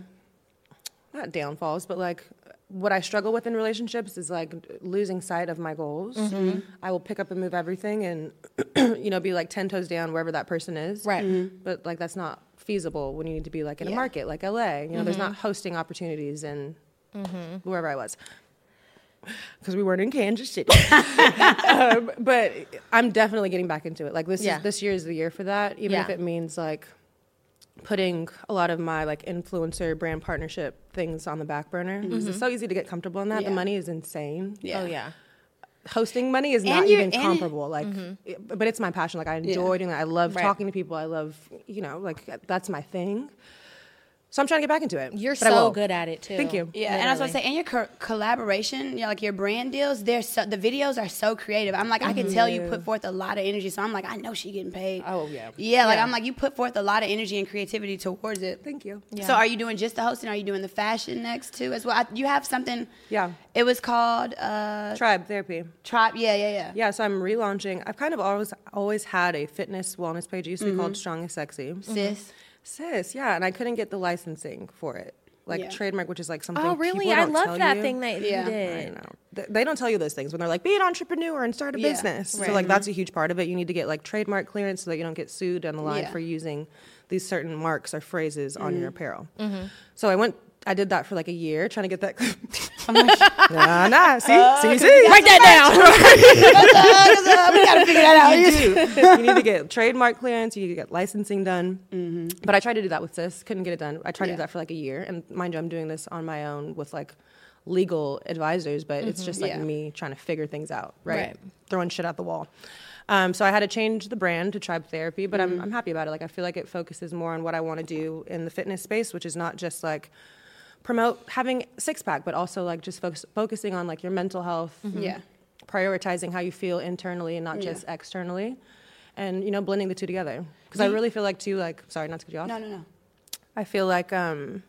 C: not downfalls, but like what I struggle with in relationships is like losing sight of my goals.
A: Mm-hmm.
C: I will pick up and move everything, and you know, be like ten toes down wherever that person is.
A: Right.
C: But like that's not feasible when you need to be like in a
B: Yeah.
C: market like LA. You know, there's
A: Mm-hmm.
C: not hosting opportunities in wherever I was. Because we weren't in Kansas City, um, but I'm definitely getting back into it. Like this
A: Yeah.
C: is this year is the year for that, even if
A: Yeah.
C: it means like putting a lot of my like influencer brand partnership things on the back burner 'Cause it's so easy to get comfortable in that.
B: Yeah.
C: The money is insane.
B: Yeah.
A: Oh, Mm-hmm. yeah.
C: Hosting money is not
B: you're-
C: even
B: and it-
C: comparable. Like, it- but it's my passion. Like I enjoy doing that. I love
A: Mm-hmm. Right.
C: talking to people. I love you know like that's my thing. So I'm trying to get back into it.
A: You're
C: but I
A: so
C: will.
A: good at it, too.
C: Thank you.
B: Yeah, and I was gonna say, and your co- collaboration, you know, like your brand deals, they're so, the videos are so creative. I'm like, I can tell you put forth a lot of energy, so I'm like, I know she getting paid.
C: Mm-hmm. Oh, yeah.
B: yeah, like
A: Yeah.
B: I'm like, you put forth a lot of energy and creativity towards it.
C: Thank you.
B: So, are you doing just the hosting? Are you doing the fashion next too as well? I, you have something.
C: Yeah.
B: It was called uh,
C: Tribe therapy.
B: Tribe. Yeah, yeah, yeah.
C: Yeah, so I'm relaunching. I've kind of always always had a fitness wellness page. It used to
A: Mm-hmm.
C: be called Strong and Sexy.
B: Sis.
C: Sis, yeah, and I couldn't get the licensing for it, like
B: Yeah.
C: trademark, which is like something.
A: Oh,
C: people
A: really? I
C: don't tell
A: love that
C: you.
A: thing that
B: Yeah.
A: you
C: I
A: did.
C: know. Th- They don't tell you those things when they're like, be an entrepreneur and start a
B: Yeah,
C: business.
B: right.
C: So, like,
A: Mm-hmm.
C: that's a huge part of it. You need to get like trademark clearance so that you don't get sued down the line
B: Yeah.
C: for using these certain marks or phrases on
A: Mm-hmm.
C: your apparel. So, I went, I did that for like a year trying to get that. nah, nah, see, see, see.
A: Oh, Write that down.
B: we gotta figure that out.
C: you do. you need to get trademark clearance. You need to get licensing done. But I tried to do that with this. Couldn't get it done. I tried to
B: Mm-hmm. Yeah.
C: do that for like a year. And mind you, I'm doing this on my own with like legal advisors, but it's just like
B: Mm-hmm. Yeah.
C: me trying to figure things out, right?
A: Right.
C: Throwing shit at the wall. Um, so I had to change the brand to Tribe Therapy, but
B: Mm-hmm.
C: I'm, I'm happy about it. Like I feel like it focuses more on what I want to do in the fitness space, which is not just like promote having six pack, but also like just focus, focusing on like your mental health,
B: Yeah.
C: prioritizing how you feel internally and not just externally and you know blending the two together because i really feel like too like sorry not to cut you off
B: No, no, no.
C: i feel like um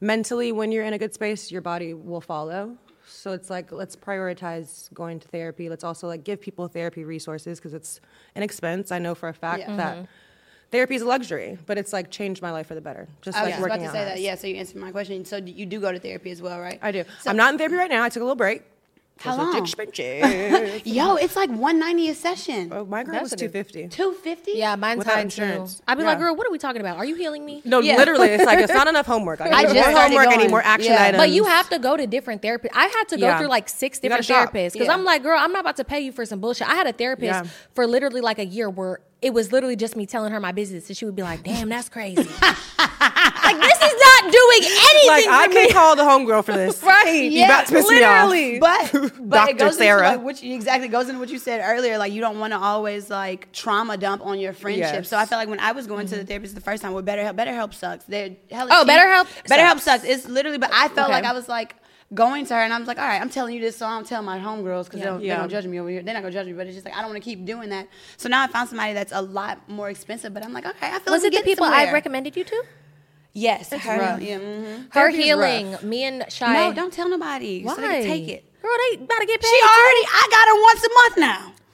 C: mentally when you're in a good space your body will follow so it's like let's prioritize going to therapy let's also like give people therapy resources because it's an expense i know for a fact
B: Yeah.
C: that therapy is a luxury but it's like changed my life for the better just
B: I was
C: like
B: just about
C: working
B: to
C: out
B: say that.
C: has.
B: Yeah. So you answered my question. So do- you do go to therapy as well, right?
C: i do
B: So-
C: i'm not in therapy right now i took a little break
B: How
C: It's
B: long?
C: expensive
B: Yo, it's like 190 a session.
C: oh, my girl
A: That's
C: was
A: a good-
C: 250
B: 250.
A: yeah, mine's
C: Without
A: high
C: insurance.
A: too. I'd be like,
C: Yeah.
A: girl, what are we talking about? Are you healing me?
C: No,
B: Yeah.
C: literally, it's like it's not enough homework.
B: I
C: I, need
B: just
C: more
B: started
C: homework. I
B: going.
C: need more action
B: Yeah.
C: items.
B: But
A: But you have to go to different therapists. I had to go
C: Yeah.
A: through like six
C: You gotta
A: different
C: shop.
A: therapists because
B: Yeah.
A: I'm like, girl, I'm not about to pay you for some bullshit. I had a therapist
C: Yeah.
A: for literally like a year where it was literally just me telling her my business, and she would be like, "Damn, that's crazy. like this is not doing anything."
C: like
A: for
C: I
A: me.
C: can call the homegirl for this.
A: Right.
C: You about to piss me off.
B: literally. But, but it
C: Dr.
B: goes
C: Sarah.
B: Into like what you, exactly it goes into what you said earlier. Like you don't want to always like trauma dump on your friendship.
C: Yes.
B: So I feel like when I was going to the therapist the first time with BetterHelp, BetterHelp sucks. They're hella
A: Mm-hmm. Oh,
B: cheap.
A: BetterHelp
B: BetterHelp
A: sucks.
B: sucks. It's literally. But I felt
A: Okay.
B: like I was like going to her and I was like, all right, I'm telling you this, so I'm telling my homegirls because
A: Yeah.
B: they're,
C: Yeah.
B: gonna judge me over here. They're not gonna judge me, but it's just like I don't want to keep doing that. So now I found somebody that's a lot more expensive. But I'm like, okay, I feel
A: Was
B: like
A: it the
B: we're getting
A: people
B: somewhere.
A: I recommended you to?
B: Yes, it's
C: rough.
B: Yeah, mhm.
A: Her
C: Therapy is
A: healing.
C: rough.
A: Me and Shy.
B: No, don't tell nobody.
A: Why?
B: So they can take it.
A: Girl, they about to get paid.
B: She already, I got her once a month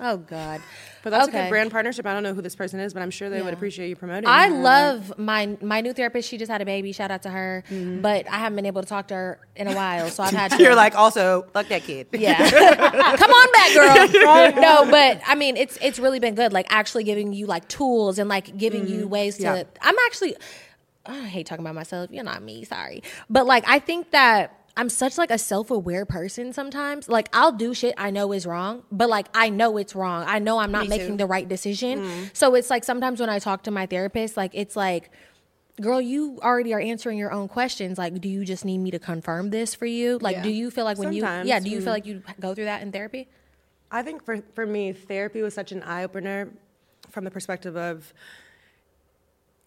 B: now.
A: Oh God.
C: But that's a
A: Okay.
C: good brand partnership. I don't know who this person is, but I'm sure they would
A: Yeah.
C: appreciate you promoting.
A: I
C: her.
A: love my my new therapist. She just had a baby. Shout out to her.
C: Mm-hmm.
A: But I haven't been able to talk to her in a while, so I've had. to-
E: You're like, also, fuck that kid.
A: Yeah. Come on back, girl. no, but I mean, it's it's really been good. Like actually giving you like tools and like giving you ways to.
E: Yeah.
A: I'm actually. I hate talking about myself. You're not me. Sorry, but like I think that. I'm such like a self-aware person sometimes. Like I'll do shit I know is wrong, but like I know it's wrong. I know I'm not making the right decision. So it's like sometimes when I talk to my therapist, like it's like girl, you already are answering your own questions. Like, do you just need me to confirm this for you? Like,
B: Yeah.
A: do you feel like when
C: Sometimes,
A: you, yeah, do you feel like you go through that in therapy?
C: I think for, for me, therapy was such an eye opener from the perspective of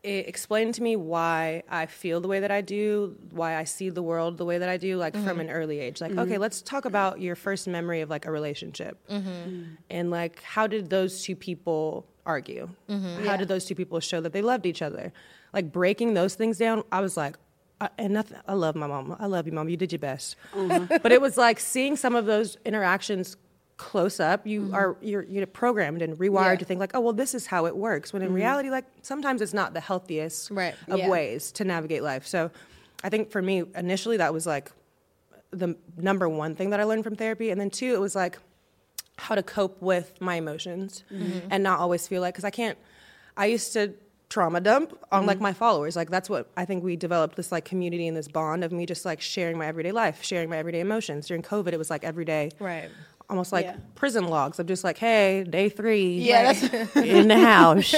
C: it explained to me why I feel the way that I do, why I see the world the way that I do, like from an early age. Like, okay, let's talk about your first memory of like a relationship and like how did those two people argue? How did those two people show that they loved each other? Like breaking those things down, I was like, I, and nothing. I love my mom. I love you, mom. You did your best.
B: Mm-hmm.
C: but it was like seeing some of those interactions close up. You are you're, you're programmed and rewired
B: Mm-hmm. Yeah. Mm-hmm.
C: to think like, oh well, this is how it works. When in reality, like sometimes it's not the healthiest
A: Right.
C: of
B: Yeah.
C: ways to navigate life. So, I think for me initially that was like the number one thing that I learned from therapy, and then two, it was like how to cope with my emotions and not always feel like because I can't. I used to trauma dump on like my followers. Like that's what I think we developed this like community and this bond of me just like sharing my everyday life, sharing my everyday emotions. During COVID, it was like every day,
A: Right.
C: Almost like
B: Yeah.
C: prison logs of just like, hey, day three,
B: Yeah,
E: In the house.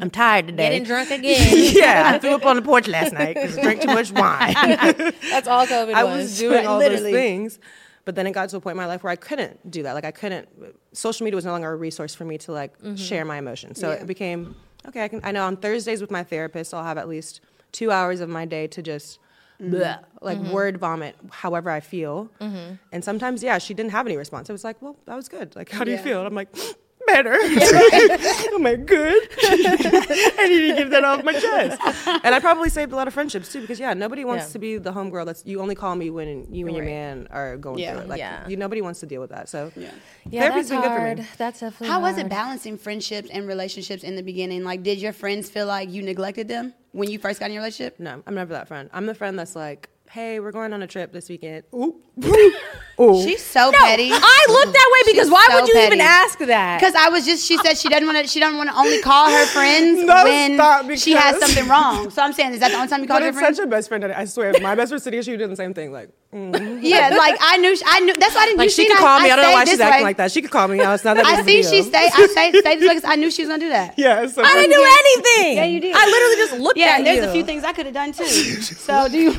E: I'm tired today.
A: Getting drunk again.
E: yeah, I threw up on the porch last night because I drank too much wine.
A: That's all COVID
C: I
A: was.
C: was doing all
B: Literally.
C: those things. But then it got to a point in my life where I couldn't do that. Like I couldn't. Social media was no longer a resource for me to like share my emotions. So
B: Mm-hmm. Yeah.
C: it became okay. I can. I know on Thursdays with my therapist, I'll have at least two hours of my day to just.
B: Mm-hmm.
C: bleh, like word vomit, however I feel,
B: Mm-hmm.
C: and sometimes yeah, she didn't have any response. It was like, well, that was good. Like, how do you
B: Yeah.
C: feel? And I'm like, better. I'm like, good. I need to get that off my chest. And I probably saved a lot of friendships too, because yeah, nobody wants
A: Yeah.
C: to be the homegirl that's you only call me when you and your
A: Right.
C: man are going
B: Yeah.
C: through it. Like
A: Yeah.
C: you, nobody wants to deal with that. So
B: Yeah.
A: yeah,
C: therapy's
A: that's
C: been
A: hard.
C: good for me.
A: That's definitely
B: How was it
A: hard.
B: balancing friendships and relationships in the beginning? Like, did your friends feel like you neglected them when you first got in your relationship?
C: No, I'm never that friend. I'm the friend that's like, hey, we're going on a trip this weekend.
B: She's so
A: No,
B: petty.
A: Oh, I look that way because
B: She's
A: why
B: so
A: would you even
B: petty.
A: ask that?
B: Because I was just, she said she doesn't want to. She doesn't want to only call her friends
C: No, stop,
B: when she has
C: because-
B: something wrong. So I'm saying, is that the only time you call
C: But
B: your
C: it's
B: friends?
C: such a best friend. I swear, my best friend City, she did the same thing. Like,
B: yeah, like I knew, she- I knew. That's why I didn't.
C: like
B: you
C: she
B: see,
C: could call me. I don't know
B: stayed
C: why she's
B: this
C: acting
B: way.
C: like that. She could call me. I was not that. big
B: I
C: of a
B: see
C: deal.
B: she stayed. I stayed, stayed this way because I knew she was gonna do that.
C: Yeah. So
A: I didn't do anything.
B: Yeah, you did.
A: I literally just looked
B: Yeah,
A: at
B: and there's
A: you.
B: a few things I could have done too. So do you?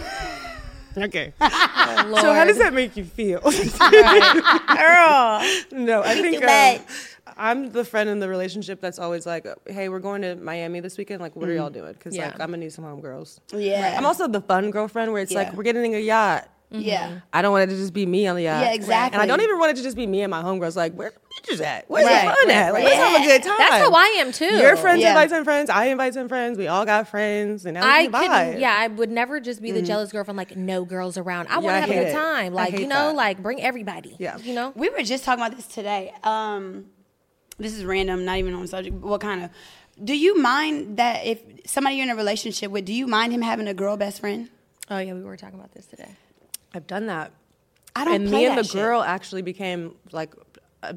C: Okay.
A: Lord.
C: So how does that make you feel?
A: girl?
C: No, I think
A: Too late.
C: um, I'm the friend in the relationship that's always like, "Hey, we're going to Miami this weekend. Like, what are y'all doing?" Because like,
A: Yeah.
C: I'm gonna need some homegirls.
B: Yeah.
C: I'm also the fun girlfriend where it's like,
B: Yeah.
C: "We're getting a yacht.
B: Yeah.
C: I don't want it to just be me on the yacht.
B: Yeah, exactly.
C: And I don't even want it to just be me and my homegirls. Like, where the bitches at? Where's
B: Right,
C: the fun
B: right,
C: at? Like,
B: right.
C: let's have a good time.
A: That's how I am too.
C: Your friends
B: Yeah.
C: invite some friends. I invite some friends. We all got friends, and now
A: I
C: we can
A: could
C: vibe. Mm-hmm.
A: yeah, I would never just be the jealous girlfriend like no girls around. I
C: Yeah,
A: want
C: I
A: to have a
C: hate
A: good
C: it.
A: time.
C: I
A: Like,
C: hate
A: you know,
C: that.
A: like bring everybody.
C: Yeah.
A: You know?
B: We were just talking about this today. Um, this is random, not even on subject. But what kind of? Do you mind that if somebody you're in a relationship with, do you mind him having a girl best friend?
A: Oh yeah, we were talking about this today.
C: I've done that.
B: I don't.
C: and
B: play
C: me and
B: that
C: the
B: shit.
C: girl actually became like uh,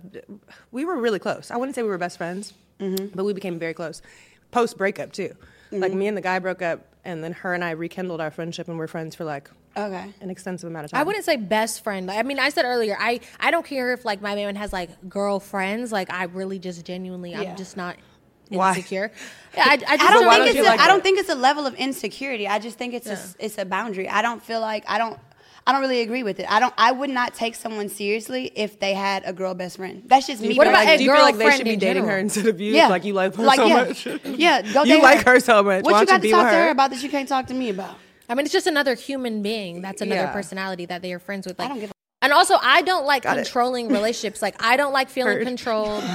C: we were really close i wouldn't say we were best friends
A: Mm-hmm.
C: but we became very close post breakup too like me and the guy broke up and then her and i rekindled our friendship and we're friends for like
B: Okay.
C: an extensive amount of time
A: I wouldn't say best friend. Like, I mean, I said earlier, I I don't care if like my man has like girlfriends. Like I really just genuinely,
B: Yeah.
A: I'm just not
C: Why?
A: insecure. Yeah, I, I just
B: I don't
C: So why
B: think
C: don't
B: it's
C: you
B: a,
C: like
B: I don't
C: it?
B: think it's a level of insecurity. I just think it's a, it's a boundary. I don't feel like I don't I don't really agree with it. I don't I would not take someone seriously if they had a girl best friend. That's just me.
A: What about
C: like,
A: a
C: do you feel like they
A: girlfriend
C: should be
A: in
C: dating her
A: general?
C: instead of you? Like you like her so
B: yeah.
C: much.
B: Yeah, go
C: You
B: date
C: like her so much.
B: What
C: Why
B: you
C: don't you
B: got
C: be
B: to talk
C: with
B: to
C: her?
B: her about that you can't talk to me about?
A: I mean, it's just another human being. That's another
C: Yeah.
A: personality that they are friends with. Like,
B: don't give a-
A: and also, I don't like
C: it.
A: controlling relationships. Like, I don't like feeling
C: Heard.
A: controlled.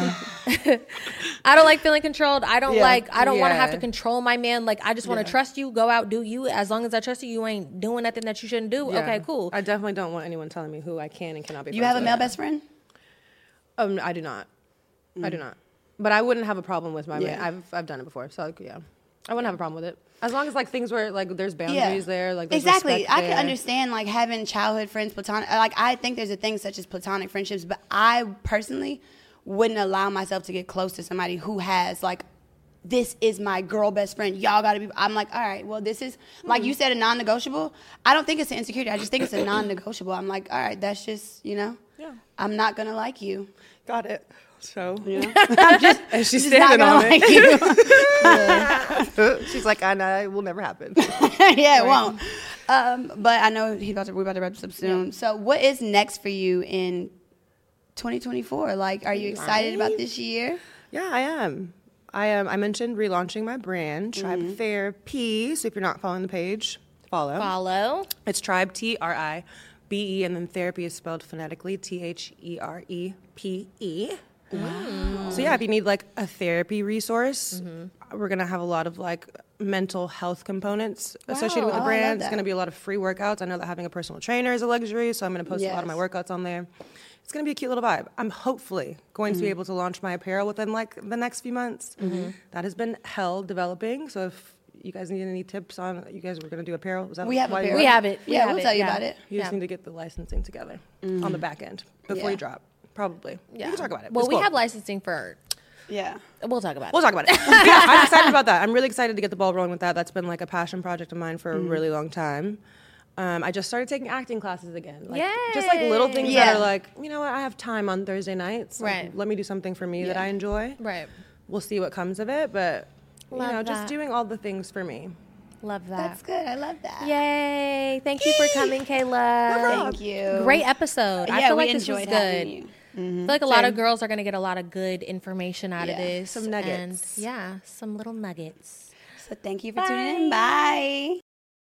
A: I don't like feeling controlled. I don't
C: Yeah.
A: like. I don't want to have
C: Yeah.
A: to control my man. Like, I just want to trust you. Go out, do you. As long as I trust you, you ain't doing nothing that you shouldn't do.
C: Yeah.
A: Okay, cool.
C: I definitely don't want anyone telling me who I can and cannot be.
B: You
C: friends
B: have a
C: with.
B: male best friend?
C: Um, I do not. I do not. But I wouldn't have a problem with my man.
B: Mm. Yeah.
C: I've I've done it before, so like, yeah, I wouldn't have a problem with it as long as like things were like there's boundaries there, like there's
B: exactly.
C: respect
B: I can
C: there.
B: understand like having childhood friends, platonic. Like I think there's a thing such as platonic friendships, but I personally wouldn't allow myself to get close to somebody who has like. This is my girl best friend. Y'all gotta be. I'm like, all right, well, this is, like
C: Hmm.
B: you said, a non negotiable. I don't think it's an insecurity. I just think it's a non negotiable. I'm like, all right, that's just, you know,
C: Yeah.
B: I'm not gonna like you.
C: Got it. So
B: I'm just,
C: and she's
B: just not gonna
C: standing on it.
B: like you.
E: She's like, I know, it will never happen.
B: yeah, it won't. Um, but I know he about to, we're about to wrap this up soon. So, what is next for you in 2024? Like, are you excited about this year?
C: Yeah, I am. I am. I mentioned relaunching my brand, Tribe
B: Mm-hmm.
C: Therapy. So if you're not following the page, follow.
A: Follow.
C: It's Tribe T R I B E, and then therapy is spelled phonetically T H E R E P E. So yeah, if you need like a therapy resource,
B: Mm-hmm.
C: we're gonna have a lot of like mental health components associated with
A: Wow. Oh, I
C: the
B: love
C: brand. It's
B: that.
C: gonna be a lot of free workouts. I know that having a personal trainer is a luxury, so I'm gonna post a lot of my
B: Yes.
C: workouts on there. It's gonna be a cute little vibe. I'm hopefully going
B: Mm-hmm.
C: to be able to launch my apparel within like the next few months. That has been hell developing. So if you guys need any tips on you guys were gonna do apparel, is that
B: We have
C: why you
B: apparel.
A: We have it. We
B: yeah,
A: have
B: we'll
A: it,
B: tell you
A: yeah. Mm.
B: about it.
C: you just need to get the licensing together on the back end before
B: Yeah.
C: you drop, probably. Yeah. We can talk about it.
A: Well,
C: It's
A: we
C: cool.
A: have licensing for.
B: Yeah.
A: We'll talk about
C: We'll
A: it.
C: talk about it. yeah, I'm excited about that. I'm really excited to get the ball rolling with that. That's been like a passion project of mine for
A: Mm.
C: a really long time. Um, I just started taking acting classes again. Like, Just like little things that
B: Yeah.
C: are like, you know what? I have time on Thursday nights. Like,
A: Right.
C: let me do something for me that I enjoy.
A: Right.
C: We'll see what comes of it, but you
A: Love
C: know,
A: that.
C: just doing all the things for me.
A: Love that.
B: That's good. I love that.
A: Yay! Thank you for coming, Kayla.
B: Thank you.
A: Great episode. I
B: Yeah,
A: feel
B: we
A: like this was
B: enjoyed having
A: good.
B: you.
A: I
C: Mm-hmm.
A: feel like a lot of girls are going to get a lot of good information out of
B: Yeah,
A: this.
C: some nuggets.
A: And yeah, some little nuggets.
B: So, thank you for tuning in. Bye.